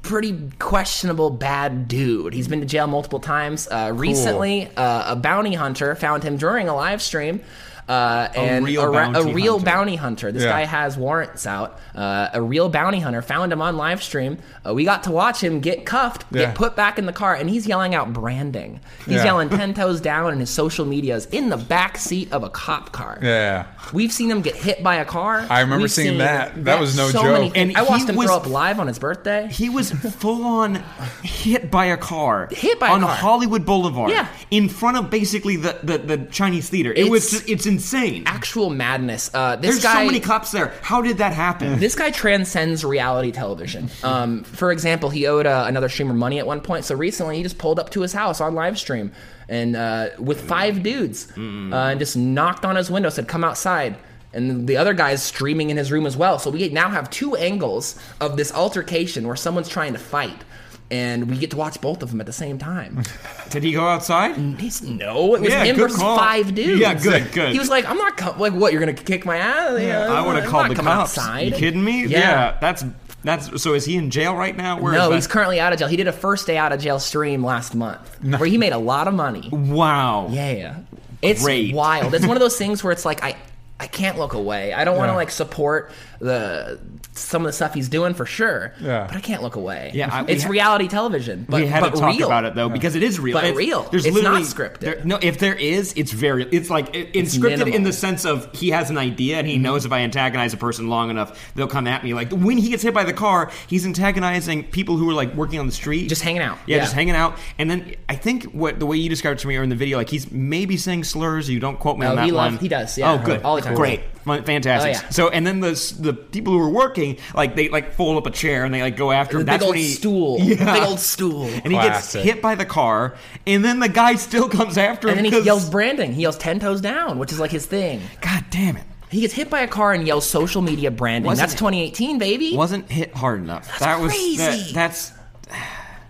C: pretty questionable bad dude. He's been to jail multiple times. Uh, recently, uh, a bounty hunter found him during a live stream. Uh, and
A: real
C: a, ra-
A: bounty
C: a real
A: hunter.
C: bounty hunter. This
B: Yeah.
C: guy has warrants out. Uh, a real bounty hunter found him on live stream. Uh, we got to watch him get cuffed,
B: Yeah.
C: get put back in the car, and he's yelling out branding. He's
B: Yeah.
C: yelling ten toes down, and his social media is in the back seat of a cop car.
B: Yeah.
C: We've seen him get hit by a car.
B: I remember
C: We've
B: seeing
C: seen
B: that. That was no
C: so
B: joke.
C: many things.
A: And
C: I watched
A: he
C: him
A: was-
C: throw up live on his birthday.
A: He was full on hit by a car.
C: Hit by a
A: on
C: car.
A: Hollywood Boulevard.
C: Yeah.
A: In front of basically the, the, the Chinese theater. It was
C: It's-
A: just, it's insane.
C: Actual madness. Uh, this
A: There's
C: guy.
A: so many cops there. How did that happen?
C: this guy transcends reality television. Um, for example, he owed uh, another streamer money at one point. So recently, he just pulled up to his house on live stream and uh, with five dudes uh, and just knocked on his window, said, "Come outside." And the other guy's streaming in his room as well. So we now have two angles of this altercation where someone's trying to fight. And we get to watch both of them at the same time.
A: did he go outside?
C: He's, no, it was
A: Yeah,
C: him
A: good
C: versus
A: call.
C: five dudes.
A: Yeah, good, good.
C: He was like, "I'm not com- like what? You're gonna kick my ass? Yeah,
A: I would have
C: Uh, I'm
A: called
C: not
A: the
C: coming
A: cops.
C: Outside.
A: You kidding me?
C: Yeah.
A: That's that's. So is he in jail right now? Where is
C: No,
A: that?
C: he's currently out of jail. He did a first day out of jail stream last month where he made a lot of money.
A: Wow.
C: Yeah. It's
A: Great.
C: wild. It's one of those things where it's like I I can't look away. I don't want to like support the some of the stuff he's doing for sure.
B: Yeah.
C: But I can't look away.
A: Yeah, I- we
C: it's
A: ha-
C: reality television. But
A: we had
C: but
A: to talk
C: real.
A: about it though because it is real.
C: But
A: It's-
C: real. It's not
A: literally-
C: scripted.
A: there- no, if there is, it's very. It's like it, it's,
C: It's
A: scripted in
C: minimal.
A: the sense of he has an idea and he knows if I antagonize a person long enough, they'll come at me. Like when he gets hit by the car, he's antagonizing people who are like working on the street,
C: Just hanging out.
A: Yeah,
C: Yeah.
A: just hanging out. And then I think what the way you described it to me or in the video, like he's maybe saying slurs. You don't quote me
C: Oh,
A: on that
C: he
A: one.
C: loves- he does, yeah.
A: Oh, good.
C: All the time.
A: Great. Fun- Fantastic.
C: Oh, yeah.
A: So and then the s- the people who are working, like they like fold up a chair and they like go after him.
C: The big
A: That's
C: old
A: when he
C: stool.
A: Yeah.
C: Big old stool.
A: And he
B: Classic.
A: gets hit by the car, and then the guy still comes after him.
C: And then he
A: 'cause-
C: yells branding. He yells ten toes down, which is like his thing.
A: "God damn it!"
C: He gets hit by a car and yells social media branding.
A: Wasn't
C: That's
A: it-
C: 2018, baby.
A: Wasn't hit hard enough. that was
C: crazy.
A: that- that's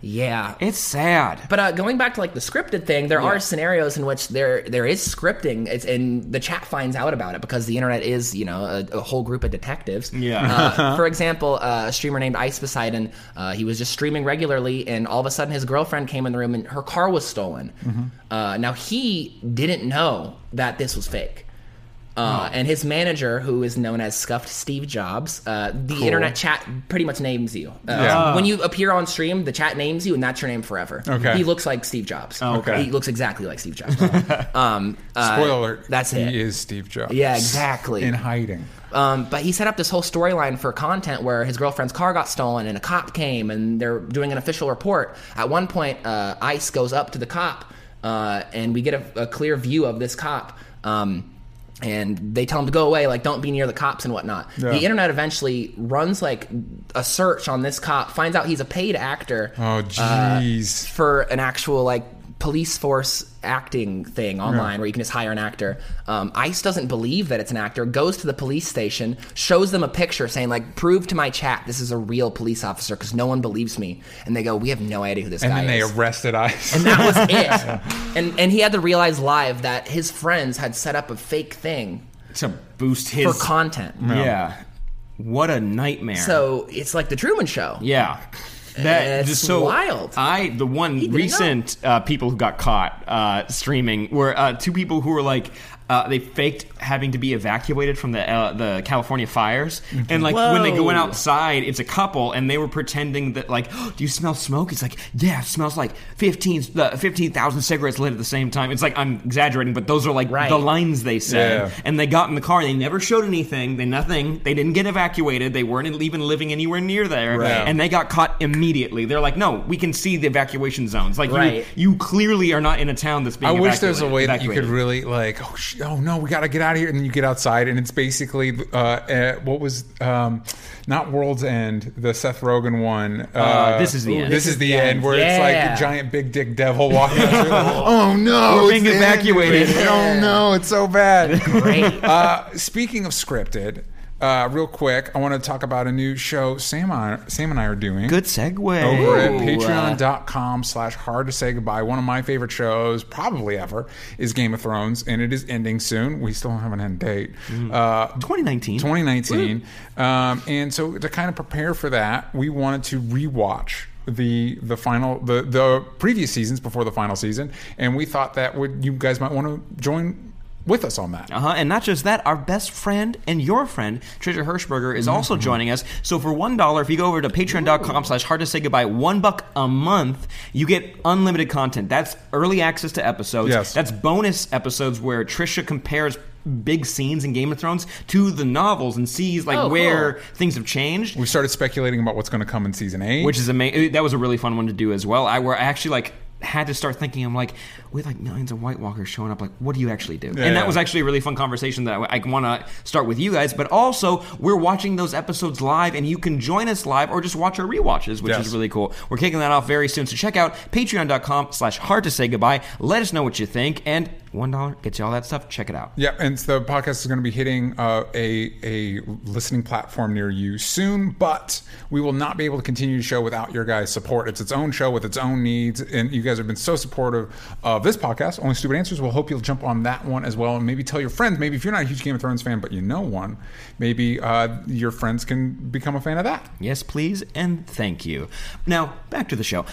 C: yeah.
A: it's sad.
C: But uh, going back to like the scripted thing, there are scenarios in which there there is scripting, it's, and the chat finds out about it because the internet is you know a, a whole group of detectives.
A: Yeah.
C: Uh, for example, uh, a streamer named Ice Poseidon, uh, he was just streaming regularly, and all of a sudden his girlfriend came in the room and her car was stolen. Uh, now he didn't know that this was fake. Uh, and his manager, who is known as Scuffed Steve Jobs, uh, the internet chat pretty much names you. Uh,
B: Yeah.
C: When you appear on stream, the chat names you, and that's your name forever.
B: Okay. Oh,
C: He looks like Steve Jobs.
B: okay.
C: He looks exactly like Steve Jobs. um, uh,
B: Spoiler alert.
C: that's it.
B: He is Steve Jobs.
C: Yeah, exactly.
B: In hiding.
C: Um, but he set up this whole storyline for content where his girlfriend's car got stolen and a cop came and they're doing an official report. At one point, uh, Ice goes up to the cop uh, and we get a, a clear view of this cop. Um, and they tell him to go away, like don't be near the cops and whatnot. The internet eventually runs like a search on this cop, finds out he's a paid actor Uh,
B: Oh, jeez.
C: for an actual like police force acting thing online where you can just hire an actor um, ice doesn't believe that it's an actor goes to the police station shows them a picture saying like prove to my chat this is a real police officer because no one believes me and they go we have no idea who this
B: and
C: guy
B: then they
C: is
B: arrested Ice.
C: and that was it and and he had to realize live that his friends had set up a fake thing
A: to boost his
C: for content.
A: Yeah. What a nightmare.
C: So it's like the Truman Show.
A: Yeah. That
C: It's
A: just so
C: wild.
A: I the one
C: did it
A: recent uh, people who got caught uh, streaming were uh, two people who were like uh, they faked having to be evacuated from the uh, the California fires, and like when they go
C: Whoa.
A: in outside, it's a couple, and they were pretending that like, "Oh, do you smell smoke? It's like yeah, it smells like fifteen uh, fifteen thousand cigarettes lit at the same time. It's like I'm exaggerating, but those are like
C: Right.
A: the lines they say,
B: Yeah.
A: and they got in the car. They never showed anything. They nothing. They didn't get evacuated. They weren't even living anywhere near there.
B: Right.
A: And they got caught immediately. They're like, no, we can see the evacuation zones. Like
C: Right.
A: you, you clearly are not in a town that's being.
B: I wish there was a
A: evacuated-
B: way that you could
A: evacuated.
B: really like, oh, sh- oh no, we got to get out of here, and then you get outside, and it's basically uh, uh, what was um, not World's End, the Seth Rogen one. Uh,
A: This Is the End.
B: This is the end, where it's
C: Yeah.
B: like a giant big dick devil walking. through. oh
A: We're
B: no, it's
A: being
B: the end.
A: evacuated.
B: Oh no, it's so bad.
C: Great.
B: Uh, speaking of scripted. Uh, real quick, I want to talk about a new show Sam, and I- Sam and I are doing
A: Good segue.
B: over at
A: Ooh. uh,
B: patreon.com slash hard to say goodbye one of my favorite shows probably ever is game of thrones and it is ending soon we still don't have an end date uh,
A: 2019.
B: 2019 um, and so to kind of prepare for that we wanted to rewatch the the final the the previous seasons before the final season and we thought that would you guys might want to join with us on that
A: Uh-huh. And not just that, our best friend and your friend, Treasure Hirschberger, is also joining us. So for one dollar, if you go over to patreon.com slash hard to say goodbye, one buck a month, you get unlimited content. That's early access to episodes.
B: Yes.
A: That's bonus episodes where Trisha compares big scenes in Game of Thrones to the novels and sees like
C: Oh, cool.
A: where things have changed.
B: we started speculating about what's going to come in season 8
A: Which is amazing. That was a really fun one to do as well. I where I actually like had to start thinking. I'm like, with like millions of White Walkers showing up, like, what do you actually do?
B: Yeah.
A: And that was actually a really fun conversation that I, I want to start with you guys. But also, we're watching those episodes live, and you can join us live or just watch our rewatches, which
B: Yes.
A: is really cool. We're kicking that off very soon, so check out Patreon.com/slash Hard to Say Goodbye. Let us know what you think, and one dollar gets you all that stuff. Check it out.
B: Yeah, and so the podcast is going to be hitting uh, a a listening platform near you soon, but we will not be able to continue the show without your guys' support. It's its own show with its own needs, and you guys have been so supportive of this podcast, Only Stupid Answers. We'll hope you'll jump on that one as well, and maybe tell your friends. Maybe if you're not a huge Game of Thrones fan, but you know one, maybe uh, your friends can become a fan of that.
A: Yes, please, and thank you. Now back to the show.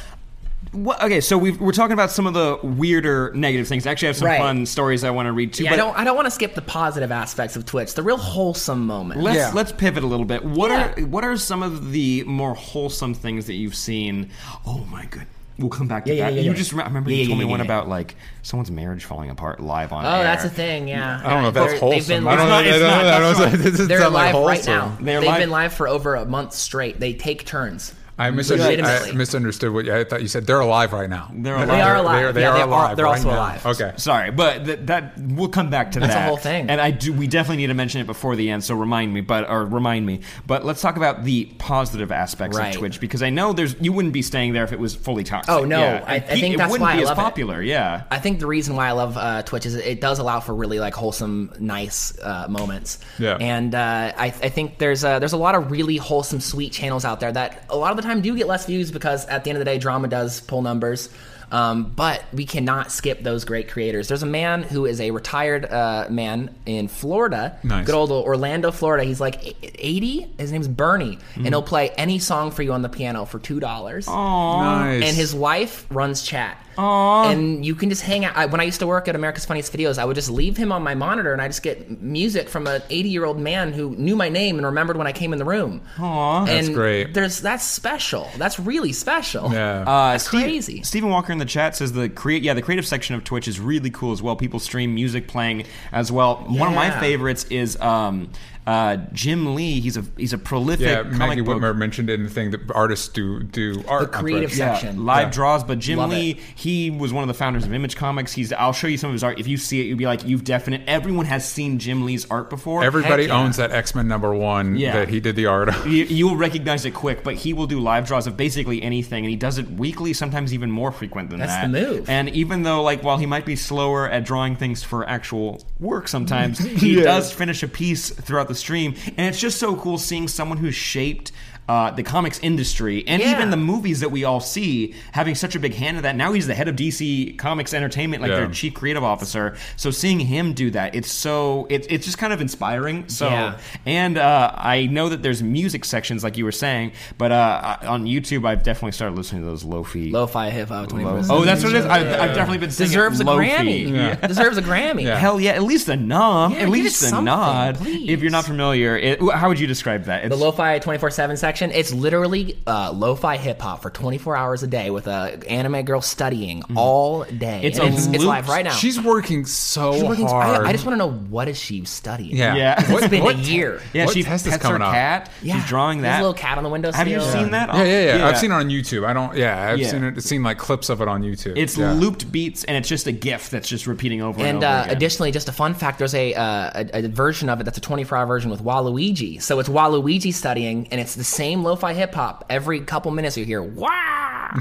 A: What, okay, so we've, we're talking about some of the weirder negative things. Actually, I have some
C: Right.
A: fun stories I want to read too.
C: Yeah,
A: but
C: I don't. I don't want to skip the positive aspects of Twitch. The real wholesome moment.
A: let's
B: Yeah.
A: let's pivot a little bit. What
C: Yeah.
A: are what are some of the more wholesome things that you've seen? Oh my good. We'll come back to
C: Yeah, yeah,
A: that.
C: yeah,
A: you
C: yeah.
A: just re- I remember
C: Yeah,
A: you
C: yeah,
A: told me
C: yeah,
A: one
C: yeah.
A: about like someone's marriage falling apart live on
C: Oh,
A: air.
C: that's a thing. Yeah.
B: I don't know if that's
C: They're- they've
B: wholesome.
C: been
B: I don't
C: live-
B: know.
A: It's not-
B: I don't
A: it's
B: know.
A: not-
B: This doesn't
C: They're
B: sound like
C: live right
B: wholesome.
C: now.
A: They're
C: They've
A: live-
C: been live for over a month straight. They take turns.
B: I misunderstood, I
C: Legitimately.
B: misunderstood what you, I thought you said. They're alive right now.
A: They're
B: They
A: alive.
C: are alive.
B: They
C: Yeah,
B: are
C: they are-
B: alive.
C: they're
B: right
C: also
B: now.
C: alive.
B: Okay.
A: Sorry, but that, that we'll come back to
C: That's a
A: that.
C: whole thing.
A: And I do. We definitely need to mention it before the end. So remind me, but or remind me. But let's talk about the positive aspects
C: Right.
A: of Twitch because I know there's you wouldn't be staying there if it was fully toxic.
C: Oh, no.
A: Yeah.
C: I-
A: And
C: I
A: pe-
C: think that's
A: it wouldn't
C: why
A: be
C: I
A: as
C: love it.
A: popular. Yeah.
C: I think the reason why I love uh, Twitch is it does allow for really like wholesome, nice uh, moments.
B: Yeah.
C: And uh, I, I think there's a, there's a lot of really wholesome, sweet channels out there that a lot of the time do get less views because at the end of the day, drama does pull numbers. Um, but we cannot skip those great creators. There's a man who is a retired uh, man in Florida,
B: Nice.
C: good old Orlando, Florida. He's like e- 80. His name's Bernie,
B: Mm-hmm.
C: and he'll play any song for you on the piano for two dollars
B: Nice.
C: and his wife runs chat.
A: Aw.
C: And you can just hang out. I, when I used to work at America's Funniest Videos, I would just leave him on my monitor, and I just get music from an 80 year old man who knew my name and remembered when I came in the room. Aww,
B: That's great.
C: There's that's special. That's really special.
B: Yeah.
A: Uh,
C: That's crazy.
A: Stephen Walker in the chat says the create yeah the creative section of Twitch is really cool as well. People stream music playing as well. One of my
C: Yeah.
A: favorites is um, uh, Jim Lee. He's a he's a prolific
B: Yeah,
A: comic
B: Maggie
A: book.
B: Whitmer mentioned it in the thing that artists do do art. on
C: creative
B: Twitch.
C: side.
A: Yeah,
C: section.
A: live
B: Yeah.
A: draws. But Jim
C: Love
A: Lee,
C: it.
A: he was one of the founders of Image Comics. He's I'll show you some of his art. If you see it, you'll be like, you've definite. Everyone has seen Jim Lee's art before.
B: Everybody
C: Heck yeah.
B: owns that X Men number one
A: Yeah.
B: that he did the art of.
A: you, you'll recognize it quick, but he will do live draws of basically anything, and he does it weekly, sometimes even more frequent than
C: That's
A: that.
C: the move.
A: And even though, like, while he might be slower at drawing things for actual work sometimes, he does finish a piece throughout the stream, and it's just so cool seeing someone who's shaped uh, the comics industry and
C: Yeah.
A: even the movies that we all see having such a big hand in that. Now he's the head of DC Comics Entertainment, like
B: Yeah.
A: their chief creative officer. So seeing him do that, it's so it, it's just kind of inspiring. So
C: Yeah.
A: and uh, I know that there's music sections like you were saying, but uh, I- on YouTube I've definitely started listening to those lofi.
C: Lo-fi hip hop. 21%.
A: Oh, that's what it is. I've, I've definitely been singing
C: deserves a
A: lofi.
C: Grammy. Deserves a Grammy.
B: Yeah.
A: Hell yeah, at least a nom,
C: Yeah,
A: at
C: give
A: least
C: us
A: a
C: something,
A: nod.
C: please.
A: If you're not familiar, it, wh- how would you describe that?
C: The
A: It's,
C: lo-fi 24/7 section, it's literally uh, lo-fi hip hop for 24 hours a day with a anime girl studying all day.
A: Mm-hmm. It's
C: And
A: a
C: it's, it's
A: loop.
C: live right now.
B: She's working so
C: She's working- I-
B: hard.
C: I, just want to know what is she studying?
B: yeah.
A: Yeah.
C: It's
B: What-
C: been
B: what-
C: a year.
A: yeah,
B: What
A: she
B: test
A: pets
B: is coming
A: her
B: up?
A: cat. She's drawing
C: There's
A: that.
C: a little cat on the window.
A: Have you seen that?
B: Yeah, yeah, yeah,
A: Oh,
B: I've seen it on YouTube. I don't. Yeah, I've
A: Yeah.
B: seen it. Seen like clips of it on YouTube.
A: It's
B: yeah.
A: looped beats, and it's just a GIF that's just repeating over and,
C: And
A: over
C: uh,
A: again.
C: additionally, just a fun fact: there's a, uh, a a version of it that's a 24-hour version with Waluigi. So it's Waluigi studying, and it's the same lo-fi hip hop. Every couple minutes, you hear "Wow!"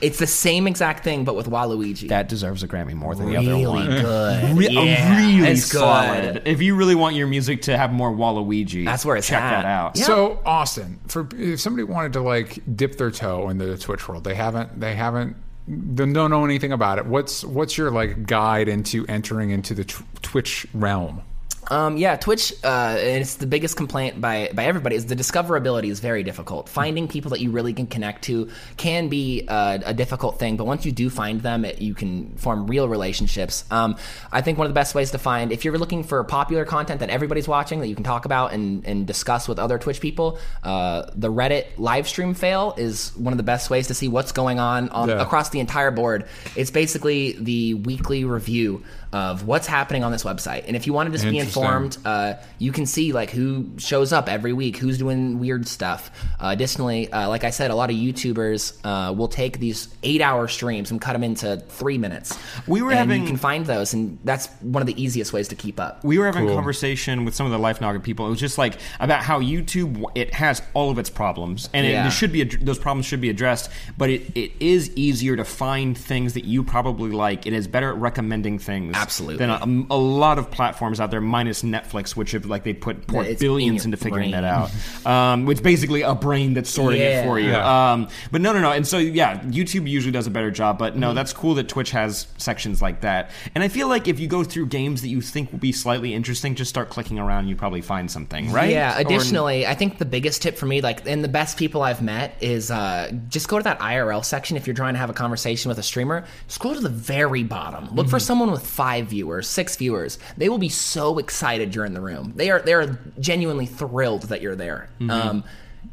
C: it's the same exact thing, but with Waluigi.
A: that deserves a Grammy more than the other
C: really
A: one.
C: good.
A: Re- a
C: yeah,
A: really
C: it's good.
A: solid. If you really want your music to have more Waluigi,
C: That's where it's
A: check
C: at.
A: that out.
C: Yeah.
B: So Austin, for if somebody wanted to like dip their toe in the Twitch world, they haven't. They haven't. They don't know anything about it. What's what's your like guide into entering into the tw- Twitch realm?
C: Um, yeah, Twitch, uh, and it's the biggest complaint by by everybody is the discoverability is very difficult. Finding people that you really can connect to can be uh, a difficult thing, but once you do find them, it, you can form real relationships. Um, I think one of the best ways to find if you're looking for popular content that everybody's watching that you can talk about and, and discuss with other Twitch people, uh, the Reddit live stream fail is one of the best ways to see what's going on on
B: Yeah.
C: across across the entire board. It's basically the weekly review of what's happening on this website. And if you want to just be
B: Interesting.
C: informed, uh, you can see like who shows up every week, who's doing weird stuff. Uh, additionally, uh, like I said, a lot of YouTubers uh, will take these eight-hour streams and cut them into three minutes.
A: We were
C: and
A: having-
C: you can find those, and that's one of the easiest ways to keep up.
A: we were having a conversation with some of the life noggin people. It was just like about how YouTube it has all of its problems, and it,
C: Yeah.
A: there should be ad- those problems should be addressed. But it, it is easier to find things that you probably like. It is better at recommending things
C: Absolutely.
A: than a, a lot of platforms out there, minus Netflix, which have like they put poured
C: it's in
A: billions
C: your
A: into figuring
C: brain.
A: that out. Um, which basically a brain that's sorting it
C: Yeah.
A: for you.
B: Yeah.
A: Um, but no, no, no. And so yeah, YouTube usually does a better job. But
C: Mm-hmm.
A: no, that's cool that Twitch has sections like that. And I feel like if you go through games that you think will be slightly interesting, just start clicking around, and you probably find something, right?
C: Yeah.
A: Or-
C: Additionally, I think the biggest tip for me, like, and the best people I've met is uh, just go to that IRL section if you're trying to have a conversation with a streamer. Scroll to the very bottom. Look
A: Mm-hmm.
C: for someone with five viewers, six viewers. They will be so excited you're in the room. They are they are genuinely thrilled that you're there.
A: Mm-hmm.
C: Um,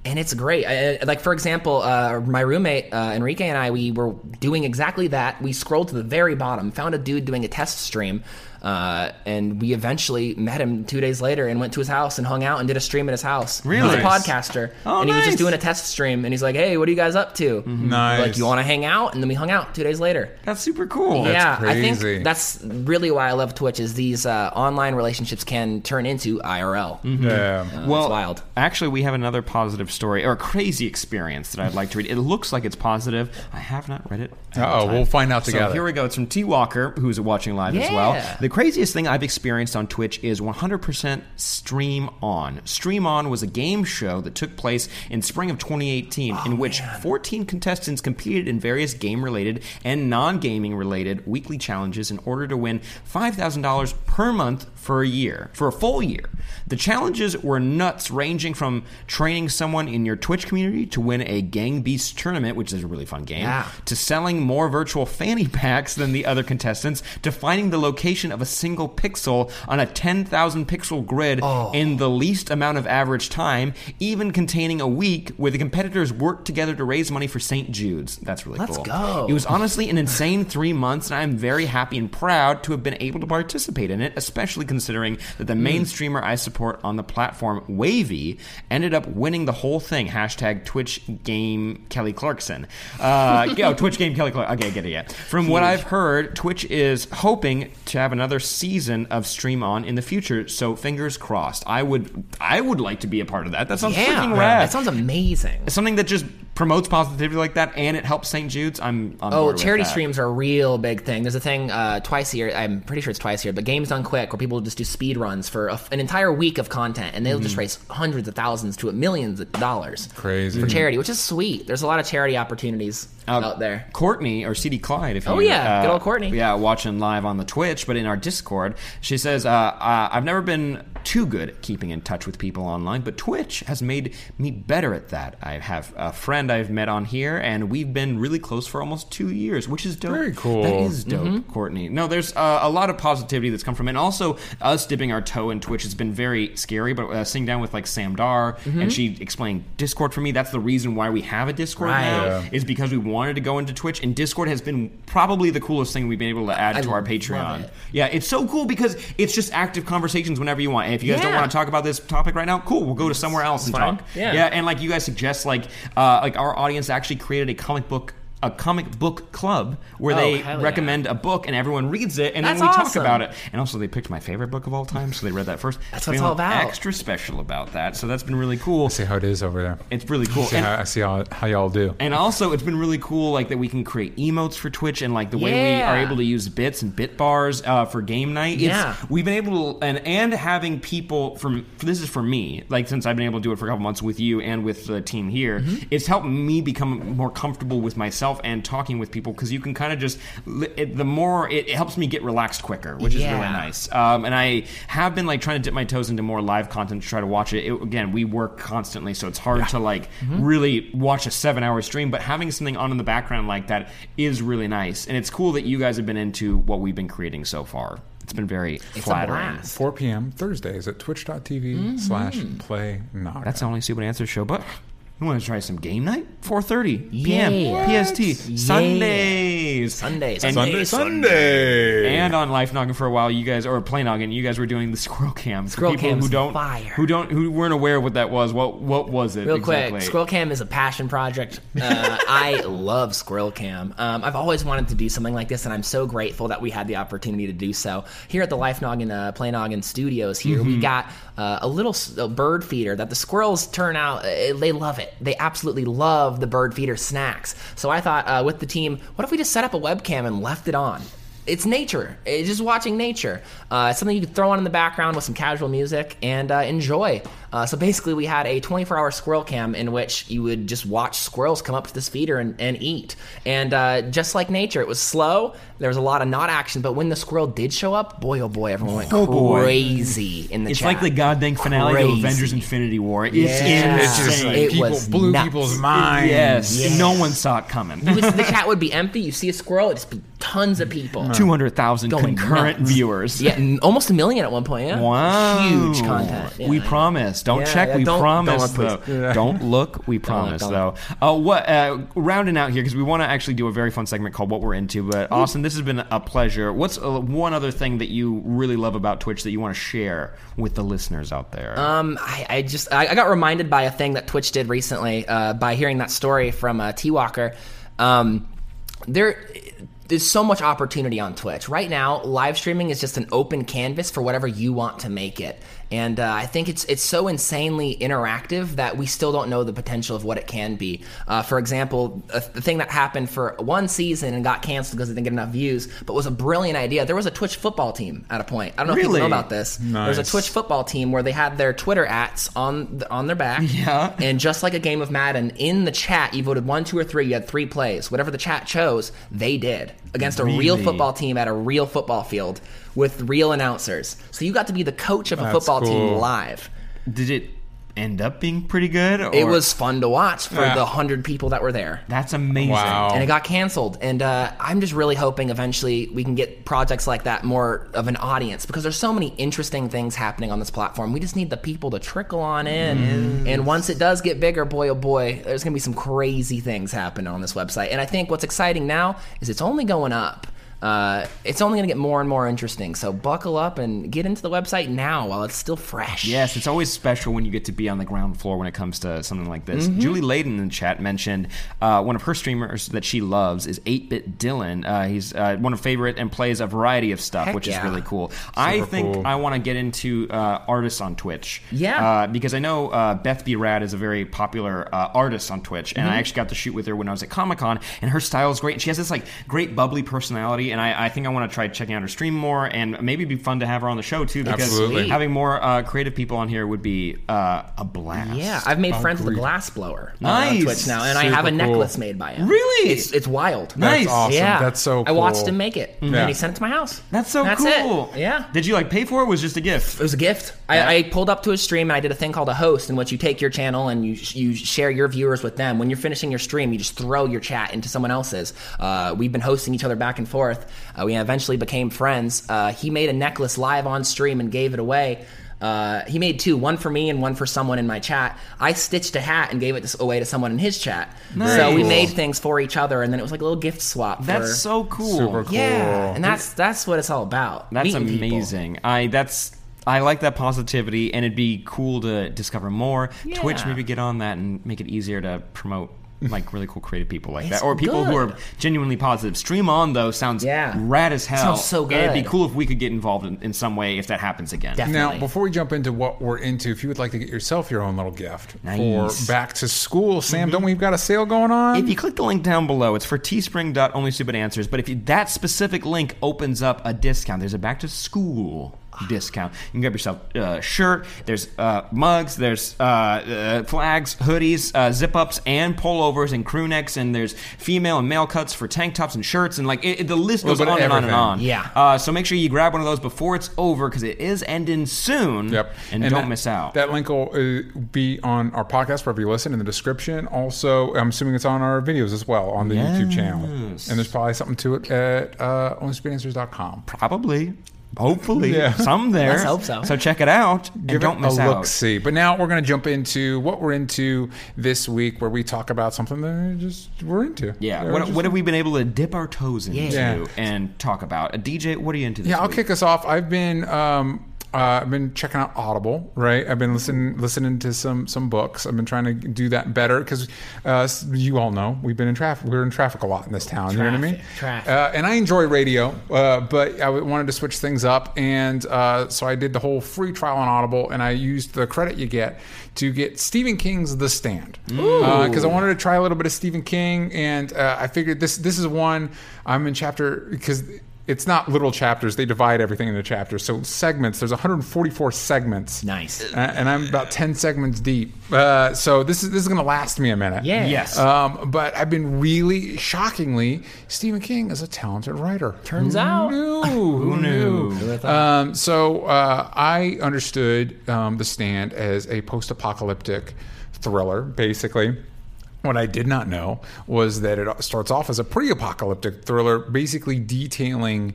C: and it's great. I, I- like for example, uh, my roommate uh, Enrique and I, we were doing exactly that. We scrolled to the very bottom, found a dude doing a test stream, uh, and we eventually met him two days later and went to his house and hung out and did a stream at his house.
A: Really?
C: he's a podcaster,
A: Oh,
C: and
A: nice.
C: he was
A: Mm-hmm.
C: just doing a test stream. And he's like, "Hey, what are you guys up to?"
B: Nice.
C: Like, you want to hang out? And then we hung out two days later.
A: that's super cool.
C: yeah, I
B: crazy.
C: think that's really why I love Twitch. Is these uh, online relationships can turn into IRL.
B: Yeah.
A: Mm-hmm. well,
C: wild.
A: Actually, we have another positive story or a crazy experience that I'd like to read. It looks like it's positive. I have not read it. at
B: Uh-oh,
A: the time.
B: we'll find out
A: So
B: together.
A: here we go. It's from T Walker, who's watching live as well.
C: Yeah.
A: The craziest thing I've experienced on Twitch is 100% Stream On. Stream On was a game show that took place in spring of 2018,
C: Oh,
A: in which 14 contestants competed in various game-related and non-gaming related weekly challenges in order to win $5,000 per month for a year, for a full year. The challenges were nuts, ranging from training someone in your Twitch community to win a Gang Beasts tournament, which is a really fun game,
C: Yeah.
A: to selling more virtual fanny packs than the other contestants, to finding the location of a single pixel on a 10,000 pixel grid
C: Oh.
A: in the least amount of average time, even containing a week where the competitors worked together to raise money for St. Jude's. That's really
C: Let's
A: cool.
C: go.
A: It was honestly an insane three months, and I'm very happy and proud to have been able to participate in it, especially considering that the
C: Mm.
A: main streamer I support on the platform, Wavy, ended up winning the whole thing. Hashtag Twitch Game Kelly Clarkson. Uh, yo, Twitch Game Kelly Clarkson. Okay, I get it. Yeah. From what I've heard, Twitch is hoping to have another season of Stream On in the future. So fingers crossed. I would, I would like to be a part of that. That sounds
C: Yeah,
A: freaking rad.
C: that sounds amazing.
A: It's something that just promotes positivity like that and it helps St. Jude's, I'm on
C: Oh,
A: board with
C: charity
A: that.
C: streams are a real big thing. There's a thing uh, twice a year. I'm pretty sure it's twice a year, but Games Done Quick, where people just do speed runs for a, an entire week of content, and they'll
A: Hmm.
C: just raise hundreds of thousands to millions of dollars
B: Crazy.
C: for
A: Hmm.
C: charity, which is sweet. There's a lot of charity opportunities
A: Uh,
C: out there.
A: Courtney or CD Clyde, if you
C: Oh, yeah. Good old Courtney.
A: yeah, watching live on the Twitch, but in our Discord, she says, uh, uh, "I've never been too good at keeping in touch with people online, but Twitch has made me better at that. I have a friend I've met on here, and we've been really close for almost two years, which is dope.
B: Very cool.
A: That is dope,
C: Mm-hmm.
A: Courtney. No, there's uh, a lot of positivity that's come from, it. and also us dipping our toe in Twitch has been very scary. But uh, sitting down with like Sam Dar,
C: Mm-hmm.
A: and she explained Discord for me. That's the reason why we have a Discord
C: Right.
A: now
B: Yeah.
A: is because we wanted to go into Twitch, and Discord has been probably the coolest thing we've been able to add
C: I
A: to our
C: love
A: Patreon.
C: it.
A: Yeah, it's so cool because it's just active conversations whenever you want. And if you guys don't
C: Yeah.
A: want to talk about this topic right now, cool, we'll go to somewhere else and
C: fine.
A: talk.
C: Yeah.
A: and like you guys suggest, like uh, like our audience actually created a comic book. A comic book club where
C: Oh,
A: they
C: hell yeah.
A: recommend a book and everyone reads it and
C: That's
A: then we talk
C: awesome.
A: about it. And also, they picked my favorite book of all time, so they read that first.
C: That's what
A: Feeling
C: it's all about.
A: Extra special about that, so that's been really cool.
B: See how it is over there.
A: It's really cool.
B: See
A: And-
B: how, I see how, how y'all do.
A: and also, it's been really cool, like that we can create emotes for Twitch, and like the way we
C: Yeah.
A: are able to use bits and bit bars uh, for game night. It's,
C: Yeah.
A: we've been able to, and and having people from this is for me, like since I've been able to do it for a couple months with you and with the team here,
C: Mm-hmm.
A: it's helped me become more comfortable with myself and talking with people because you can kind of just li- it, the more it, it helps me get relaxed quicker, which is really nice
C: Yeah.
A: nice. Um, and I have been like trying to dip my toes into more live content to try to watch it. it again, we work constantly, so it's hard to like
C: Mm-hmm.
A: really watch a seven hour stream, but having something on in the background like that is really nice. And it's cool that you guys have been into what we've been creating so far. It's been very flattering.
C: blast.
B: 4 p.m. Thursdays at twitch.tv slash play knock.
A: Mm-hmm. That's the only stupid answer show, but you want to try some game night? 4.30 p.m.
C: Yeah.
A: PST. Sundays.
C: Sundays.
A: And-
B: Sunday, Sunday.
A: And on Life Noggin for a while, you guys or Play Noggin, you guys were doing the Squirrel Cam. For
C: Squirrel
A: people
C: Cam's
A: who don't
C: fire.
A: who don't who weren't aware of what that was. What what was it?
C: Real
A: exactly?
C: quick, Squirrel Cam is a passion project. Uh, I love Squirrel Cam. Um, I've always wanted to do something like this, and I'm so grateful that we had the opportunity to do so. Here at the Life Noggin, uh, Play Noggin Studios, here
A: Mm-hmm.
C: we got uh, a little s- a bird feeder that the squirrels turn out. Uh, they love it. They absolutely love the bird feeder snacks. So I thought uh, with the team, what if we just set up a webcam and left it on? It's nature. It's just watching nature. Uh, it's something you can throw on in the background with some casual music and uh, enjoy. Uh, so basically, we had a 24 hour squirrel cam in which you would just watch squirrels come up to this feeder and, and eat. And uh, just like nature, it was slow. There was a lot of not action, but when the squirrel did show up, boy oh boy, everyone went
A: boy.
C: crazy in the
A: It's
C: chat.
A: like the goddamn finale to
C: Crazy.
A: Avengers Infinity War. It's
C: Yeah.
B: It's just
A: insane.
B: like
C: It
B: people
C: was
B: blew
C: nuts.
B: people's minds.
A: yes. No one saw it coming.
C: It was- the chat would be empty. You see a squirrel, it'd just be tons of people.
A: 200,000
C: Going
A: concurrent
C: nuts.
A: viewers.
C: Yeah, n- almost a million at one point. Yeah.
A: Wow.
C: Huge content. Yeah,
A: we
C: I know.
A: promise. Don't
C: Yeah,
A: check.
C: yeah,
A: we
C: don't-
A: promise.
C: don't look,
A: though. don't look. We promise, though. Uh, what uh, rounding out here because we want to actually do a very fun segment called "What We're Into." But Austin, this has been a pleasure. What's uh, one other thing that you really love about Twitch that you want to share with the listeners out there?
C: Um, I, I just I, I got reminded by a thing that Twitch did recently uh, by hearing that story from uh, T Walker. Um, there. There's so much opportunity on Twitch. Right now, live streaming is just an open canvas for whatever you want to make it. And uh, I think it's it's so insanely interactive that we still don't know the potential of what it can be. Uh, for example, a, the thing that happened for one season and got canceled because it didn't get enough views, but was a brilliant idea. There was a Twitch football team at a point. I don't know if
A: Really?
C: you know about this. There's
B: Nice.
C: a Twitch football team where they had their Twitter ats on th- on their back. Yeah. And just like a game of Madden, in the chat, you voted one, two, or three. You had three plays. Whatever the chat chose, they did against a real
A: Really?
C: football team at a real football field with real announcers. So you got to be the coach of a
B: That's
C: football
B: cool.
C: team live.
A: Did it end up being pretty good? Or?
C: It was fun to watch for
B: Yeah.
C: the hundred people that were there.
A: That's amazing.
B: Wow.
C: and it got canceled. And uh, I'm just really hoping eventually we can get projects like that more of an audience because there's so many interesting things happening on this platform. We just need the people to trickle on in. And once it does get bigger, boy oh boy, there's gonna be some crazy things happening on this website. And I think what's exciting now is it's only going up. uh, it's only going to get more and more interesting. So buckle up and get into the website now while it's still fresh.
A: Yes, it's always special when you get to be on the ground floor when it comes to something like this.
C: Mm-hmm.
A: Julie Layden in the chat mentioned uh, one of her streamers that she loves is 8 Bit Dylan. Uh, he's uh, one of her favorite and plays a variety of stuff,
C: Heck
A: which is
C: yeah.
A: really cool. I think
B: cool.
A: I want to get into uh, artists on Twitch.
C: Yeah.
A: Uh, because I know uh, Beth B. Rad is a very popular uh, artist on Twitch,
C: Mm-hmm.
A: and I actually got to shoot with her when I was at Comic Con, and her style is great. And she has this like great bubbly personality, and I, I think I want to try checking out her stream more, and maybe it'd be fun to have her on the show too, because
B: Absolutely.
A: having more uh, creative people on here would be uh, a blast.
C: Yeah, I've made friends with a glass blower on-
A: Nice.
C: on Twitch now, and I have
B: Oh,
C: a
B: Super cool.
C: necklace made by him.
A: Really?
C: It's it's wild.
A: Nice.
B: That's awesome.
C: Yeah,
B: That's so
C: I
B: cool.
C: watched him make it, and
B: Yeah.
C: then he sent it to my house.
A: That's so cool.
C: It. Yeah.
A: Did you like pay for it? Or was it just a gift?
C: It was a gift. I, I pulled up to his stream and I did a thing called a host, in which you take your channel and you you share your viewers with them. When you're finishing your stream, you just throw your chat into someone else's. Uh, we've been hosting each other back and forth. Uh, we eventually became friends. Uh, he made a necklace live on stream and gave it away. Uh, he made two, one for me and one for someone in my chat. I stitched a hat and gave it away to someone in his chat. So we
A: Nice.
C: made things for each other, and then it was like a little gift swap. for-
A: That's so cool.
B: Super cool.
C: yeah, and that's that's what it's all about.
A: That's
C: meeting people.
A: amazing. I that's I like that positivity, and it'd be cool to discover more. Twitch
C: Yeah.
A: maybe get on that and make it easier to promote like really cool creative people like
C: It's
A: that, or people who
C: good.
A: are genuinely positive. Stream on though sounds
C: Yeah.
A: rad as hell.
C: Sounds so
A: And it'd be
C: good.
A: cool if we could get involved in, in some way if that happens again.
C: Definitely.
B: Now, before we jump into what we're into, if you would like to get yourself your own little gift
A: Nice. Mm-hmm.
B: for back to school, Sam, don't we've got a sale going on?
A: If you click the link down below, it's for teespring.onlystupidanswers. But if you, that specific link opens up a discount, there's a back to school discount. You can grab yourself a uh, shirt, there's uh, mugs, there's uh, uh, flags, hoodies, uh, zip ups, and pullovers and crew necks, and there's female and male cuts for tank tops and shirts. And like it, it- the list goes
B: bit
A: on
B: of
A: and on and
B: everything.
A: on.
C: Yeah.
A: Uh, so make sure you grab one of those before it's over because it is ending soon.
B: Yep.
A: And, don't
B: that-
A: miss out.
B: That link will uh, be on our podcast wherever you listen in the description. Also, I'm assuming it's on our videos as well on the YouTube channel. And there's probably something to it at uh, onlyspeedanswers.com.
A: Probably. Hopefully,
B: Yeah.
A: some there.
C: Let's hope so.
A: So check it out. and
B: Give
A: don't
B: it
A: miss
B: a
A: out.
B: look see. But now we're going to jump into what we're into this week, where we talk about something that we just we're into.
A: Yeah.
B: We're
A: What,
B: just-
A: what have we been able to dip our toes into
B: Yeah.
A: and talk about? Uh, DJ, what are you into this
B: Yeah, I'll
A: week?
B: kick us off. I've been um, uh, I've been checking out Audible, right? I've been listening listening to some some books. I've been trying to do that better because uh, s- you all know we've been in traffic. We're in traffic a lot in this town. you know what I mean?
C: Traffic, traffic.
B: Uh, and I enjoy radio, uh, but I w- wanted to switch things up, and uh, so I did the whole free trial on Audible, and I used the credit you get to get Stephen King's The Stand because I wanted to try a little bit of Stephen King, and uh, I figured this this is one I'm in chapter because it's not little chapters; they divide everything into chapters. So segments. There's 144 segments.
C: Nice.
B: Uh, and I'm about 10 segments deep. Uh, so this is this is going to last me a minute.
C: Yeah.
A: Yes.
B: Um, but I've been really shockingly, Stephen King is a talented writer.
C: Turns out.
B: Who knew? Who knew? Um, so uh, I understood um, The Stand as a post apocalyptic thriller, basically. What I did not know was that it starts off as a pre apocalyptic thriller, basically detailing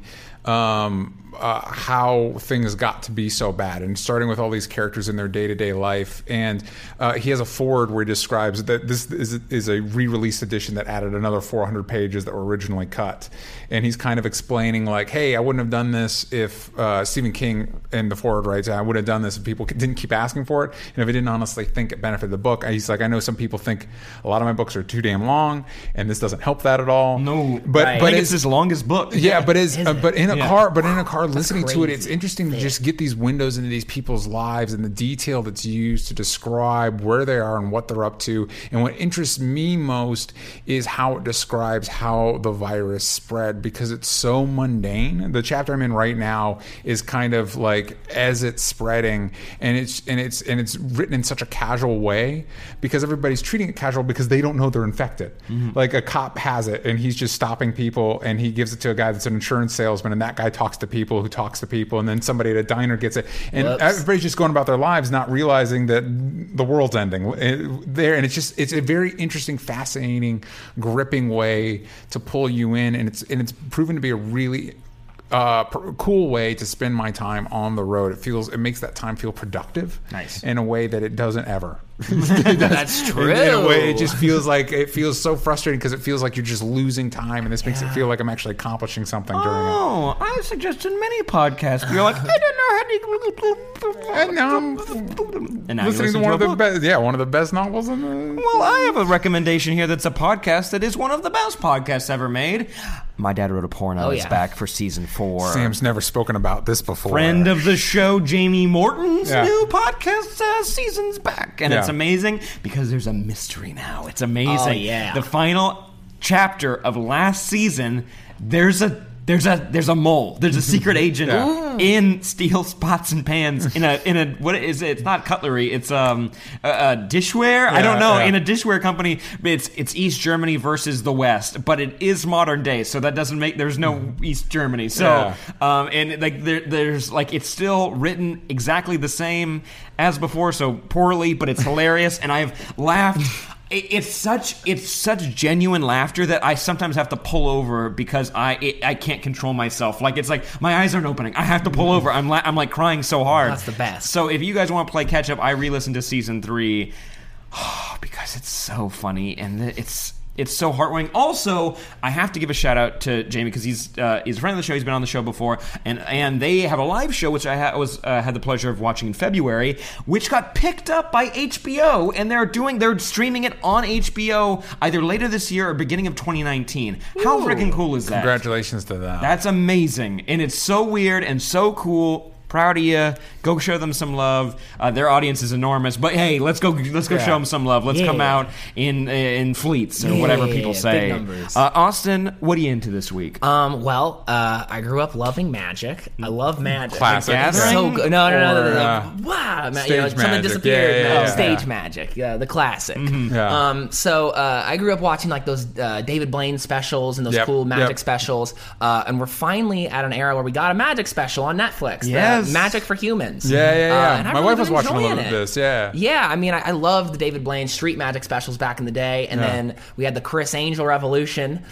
B: um, uh, how things got to be so bad and starting with all these characters in their day to day life. And uh, he has a forward where he describes that this is, is a re release edition that added another 400 pages that were originally cut. And he's kind of explaining, like, hey, I wouldn't have done this if uh, Stephen King in the forward writes, I would have done this if people didn't keep asking for it. And if I didn't honestly think it benefited the book, he's like, I know some people think a lot of my books are too damn long, and this doesn't help that at all.
A: No,
B: but,
A: I
B: but
A: think
B: it's
A: it's his longest book.
B: yeah, but is, uh, but in a
A: Yeah.
B: car, but in a car, listening to it,
C: crazy.
B: it's interesting to just get these windows into these people's lives and the detail that's used to describe where they are and what they're up to. And what interests me most is how it describes how the virus spread because it's so mundane. The chapter I'm in right now is kind of like as it's spreading, and it's and it's and it's written in such a casual way because everybody's treating it casual because they don't know they're infected. Like a cop has it and he's just stopping people and he gives it to a guy that's an insurance salesman and that guy talks to people who talks to people and then somebody at a diner gets it and
C: Whoops.
B: everybody's just going about their lives not realizing that the world's ending eh, there and it's just it's a very interesting fascinating gripping way to pull you in and it's and it's proven to be a really uh, pr- cool way to spend my time on the road. It feels it makes that time feel productive,
A: Nice.
B: in a way that it doesn't ever.
C: That's true.
B: In, in a way, it just feels like it feels so frustrating because it feels like you're just losing time, and this makes it feel like I'm actually accomplishing something during it.
A: Oh, I suggested many podcasts. You're like, I don't know how to.
B: And now I'm
A: And now you
B: listening
A: listen
B: to one
A: a
B: of the
A: book.
B: best, yeah, one of the best novels in the.
A: Well, Oh, I have a recommendation here that's a podcast that is one of the best podcasts ever made. My dad wrote a porn on
C: Oh,
A: its
C: yeah.
A: back for season four.
B: Sam's never spoken about this before.
A: friend of the show, Jamie Morton's
B: Yeah.
A: new podcast uh, season's back, and it's
B: Yeah.
A: amazing because there's a mystery now. It's amazing.
C: Oh, yeah.
A: the final chapter of last season. There's a there's a there's a mole. There's a secret agent
B: Yeah.
A: in steel pots and pans in a in a what is it? It's not cutlery. It's um uh, uh, dishware. I don't
B: Yeah,
A: know
B: yeah.
A: in a dishware company. but It's it's East Germany versus the West, but it is modern day, so that doesn't make there's no
C: Mm-hmm.
A: East Germany. So
B: Yeah.
A: um, and like there, there's like it's still written exactly the same as before, so poorly, but it's hilarious, and I've laughed. It, it's such it's such genuine laughter that I sometimes have to pull over because I it, I can't control myself. Like it's like my eyes aren't opening. I have to pull over. I'm la- I'm like crying so hard.
C: That's the best.
A: So if you guys want to play catch up, I re-listened to season three because it's so funny and th- it's it's so heartwarming. Also, I have to give a shout out to Jamie because he's uh, he's a friend of the show. He's been on the show before, and and they have a live show which I ha- was uh, had the pleasure of watching in February, which got picked up by HBO, and they're doing they're streaming it on HBO either later this year or beginning of 2019. How freaking cool is that?
B: Congratulations to them.
A: That's amazing, and it's so weird and so cool. Proud of you. Go show them some love. Uh, their audience is enormous, but hey, let's go. Let's go show them some love. Let's come
C: Yeah.
A: out in in fleets or whatever
C: Yeah,
A: people
C: big
A: say.
C: numbers.
A: Uh, Austin, what are you into this week?
C: Um, well, uh, I grew up loving magic. I love magic.
B: Classic.
C: Like, it's
A: Gathering
C: so good. No, no, no, no, no. no.
B: or, uh,
C: wow, ma-
B: stage
C: you know, something
B: magic.
C: disappeared.
B: Yeah, yeah,
C: No,
B: yeah. Mm-hmm.
C: stage
B: Yeah.
C: magic. Yeah, the classic.
B: Yeah.
C: Um, so uh, I grew up watching like those uh, David Blaine specials and those
B: Yep,
C: cool magic
B: yep.
C: specials, uh, and we're finally at an era where we got a magic special on Netflix.
A: Yes.
C: the Magic for Humans.
B: yeah, yeah,
C: Uh,
B: yeah.
C: and
B: My
C: I've really
B: wife
C: been
B: was watching a little
C: enjoying
B: bit of
C: it.
B: this. Yeah.
C: Yeah, I mean, I, I loved the David Blaine street magic specials back in the day, and
B: Yeah.
C: then we had the Chris Angel Revolution,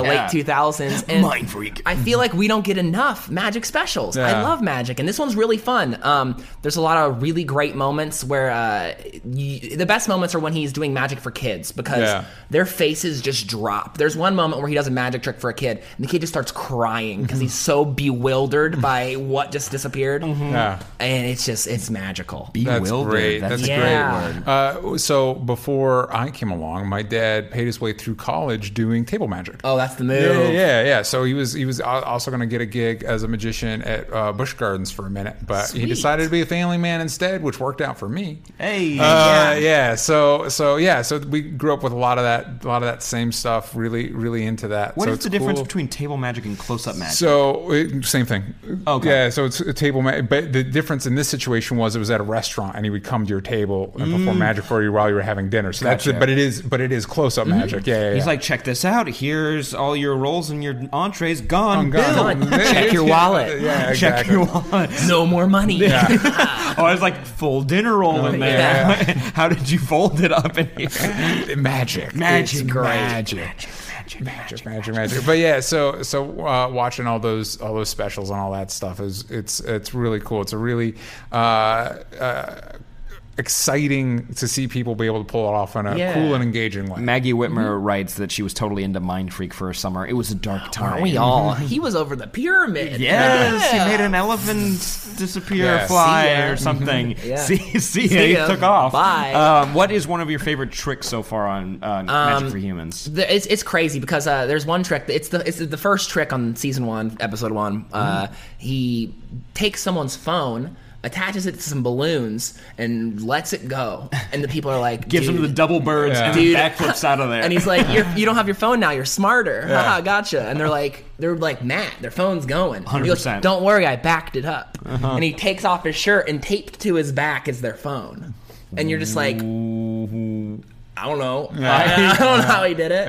A: Yeah.
C: late two thousands. And
A: Mind freak.
C: I feel like we don't get enough magic specials. I
B: Yeah.
C: love magic, and this one's really fun. Um, there's a lot of really great moments where uh, you, the best moments are when he's doing magic for kids because
B: Yeah.
C: their faces just drop. There's one moment where he does a magic trick for a kid, and the kid just starts crying because he's
B: Mm-hmm.
C: so bewildered by what just disappeared,
B: Yeah.
C: and it's just it's magical.
B: That's
A: Bewildered.
B: great.
A: That's
B: That's,
A: a
C: great Yeah.
B: great. Uh, so before I came along, my dad paid his way through college doing table magic.
C: Oh, that's the move.
B: Yeah, yeah, yeah, yeah. So he was he was al- also going to get a gig as a magician at uh, Busch Gardens for a minute, but he
C: Sweet.
B: decided to be a family man instead, which worked out for me.
A: Hey.
B: Uh, yeah. So so yeah. So we grew up with a lot of that, a lot of that same stuff. Really, really into that.
A: what
B: so
A: is
B: it's
A: the difference
B: cool.
A: between table magic and close up magic?
B: So it, same thing.
A: Okay.
B: Yeah. So it's a table, ma- but the difference in this situation was it was at a restaurant, and he would come to your table and perform magic for you while you were having dinner. So
A: Mm.
B: that's
A: Gotcha. Mm-hmm.
B: it. But it is, but it is close up magic. Yeah. yeah,
A: He's
B: yeah.
A: like, check this out. Here's all your rolls and your entrees gone.
B: I'm gone.
C: Bill, check your wallet.
B: Yeah.
A: Check
B: exactly.
A: your wallet.
C: No more money.
A: oh, I was like, full dinner roll in there.
C: Yeah.
A: How did you fold it up in here?
B: Magic.
A: Magic,
B: It's
A: great.
B: Magic. Magic. Magic. Magic. Magic. But yeah, so so uh, watching all those all those specials and all that stuff is it's it's really cool. It's a really. Uh, uh, Exciting to see people be able to pull it off in a
C: Yeah.
B: cool and engaging way.
A: Maggie Whitmer writes that she was totally into Mind Freak for a summer. It was a dark time.
C: Aren't we all? He was over the pyramid.
A: Yes,
C: Yeah.
A: he made an elephant disappear,
B: Yeah.
A: or fly,
C: See ya.
A: or something.
C: Yeah.
A: Mm-hmm. See, see,
C: See
A: ya,
C: ya.
A: he took off.
C: Bye.
A: Um, what is one of your favorite tricks so far on uh, Magic for Humans?
C: The- It's, it's crazy because uh, there's one trick. that- It's the it's the first trick on season one, episode one. Uh,
A: Mm-hmm.
C: He takes someone's phone, attaches it to some balloons, and lets it go. And the people are like,
A: Gives him
C: "Dude."
A: the double birds
B: Yeah.
A: and then
C: Dude.
A: backflips out of there.
C: And he's like, You're, "You don't have your phone now. You're smarter.
B: Yeah.
C: Haha, gotcha." And they're like, "They're like, Matt, their phone's going." He goes,
A: 100%.
C: Don't worry, I backed it up.
A: Uh-huh.
C: And he takes off his shirt and taped to his back is their phone. And you're just like, I don't know. I, I don't know how he did it.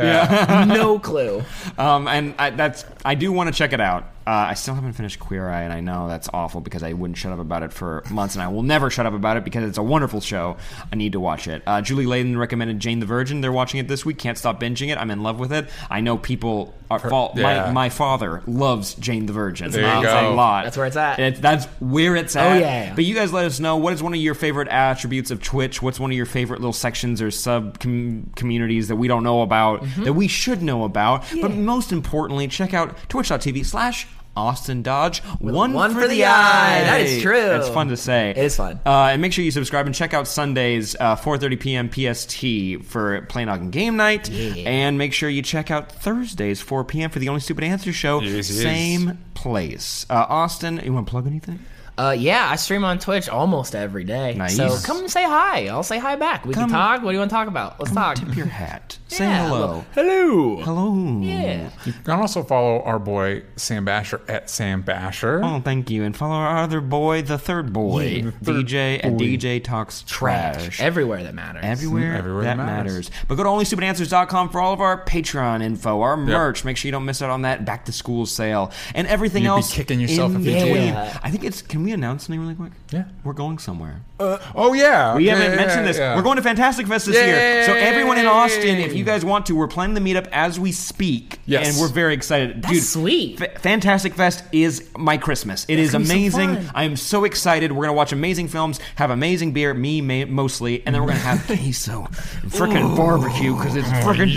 C: no clue.
A: Um, and I, that's I do want to check it out. Uh, I still haven't finished Queer Eye, and I know that's awful because I wouldn't shut up about it for months, and I will never shut up about it because it's a wonderful show. I need to watch it. Uh, Julie Layden recommended Jane the Virgin. They're watching it this week. Can't stop binging it. I'm in love with it. I know people our fault. My,
B: yeah.
A: my father loves Jane the Virgin.
B: There you
A: Loves a
B: go.
A: lot.
C: That's where it's at.
A: It- that's where it's at.
C: Oh, yeah.
A: But you guys let us know what is one of your favorite attributes of Twitch. What's one of your favorite little sections or sub com- communities that we don't know about
C: Mm-hmm.
A: that we should know about. But most importantly, check out twitch.tv slash Austin Dodge. One,
C: one for the eye. That is true.
A: That's fun to say.
C: It is fun.
A: Uh, and make sure you subscribe and check out Sundays, uh, 4.30 p.m. PST for Play Noggin Game Night. And make sure you check out Thursdays, 4 p.m. for the Only Stupid Answer Show.
B: Yes, yes.
A: Same place. Uh, Austin, you want to plug anything?
C: Uh, yeah, I stream on Twitch almost every day.
A: Nice.
C: So come and say hi. I'll say hi back. We
A: Come-
C: can talk. What do you want to talk about? Let's talk.
A: Tip your hat. Say
C: Yeah,
A: hello.
B: Hello.
A: Hello.
C: Yeah.
B: You can also follow our boy Sam Basher at Sam Basher.
A: Oh, thank you. And follow our other boy, the third boy, DJ at DJ Talks Trash.
C: Everywhere that matters.
A: Everywhere,
B: Everywhere
A: that
B: that matters.
A: matters. But go to onlystupidanswers.com for all of our Patreon info, our merch. Make sure you don't miss out on that back to school sale and everything
B: You'd be
A: else.
B: kicking yourself
A: in
B: if you did.
A: between.
C: Yeah.
A: I think it's. Can we announce something really quick?
B: Yeah.
A: We're going somewhere.
B: Oh yeah,
A: We
B: Yeah,
A: haven't
B: yeah,
A: mentioned
B: yeah,
A: this.
B: yeah.
A: We're going to Fantastic Fest this year. So
B: Yay!
A: everyone in Austin, if you guys want to, we're planning the meetup as we speak.
B: Yes.
A: And we're very excited.
C: That's
A: Dude,
C: sweet.
A: F- Fantastic Fest is my Christmas. It is
C: gonna be so
A: amazing.
C: fun.
A: I am so excited. We're going to watch amazing films, have amazing beer, me ma- mostly, and then we're going to have queso and frickin' barbecue because it's
C: Oh,
A: frickin'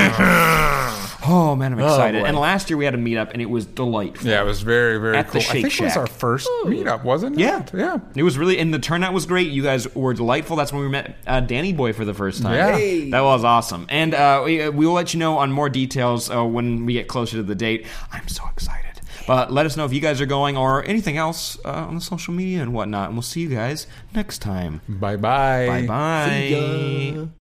A: delicious. Oh, man, I'm excited.
C: boy.
A: and last year we had a meetup and it was delightful.
B: Yeah, it was very very
A: At the
B: cool. I
A: Shake
B: think it was
A: Shack.
B: our first meetup, wasn't it?
A: Yeah.
B: yeah.
A: It was really, and the turnout was great. You guys were delightful. That's when we met uh, Danny Boy for the first time.
B: Yeah. Hey.
A: That was awesome. And uh, we, we will let you know on more details uh, when we get closer to the date. I'm so excited. But let us know if you guys are going or anything else uh, on the social media and whatnot. And we'll see you guys next time.
B: Bye bye.
A: Bye bye.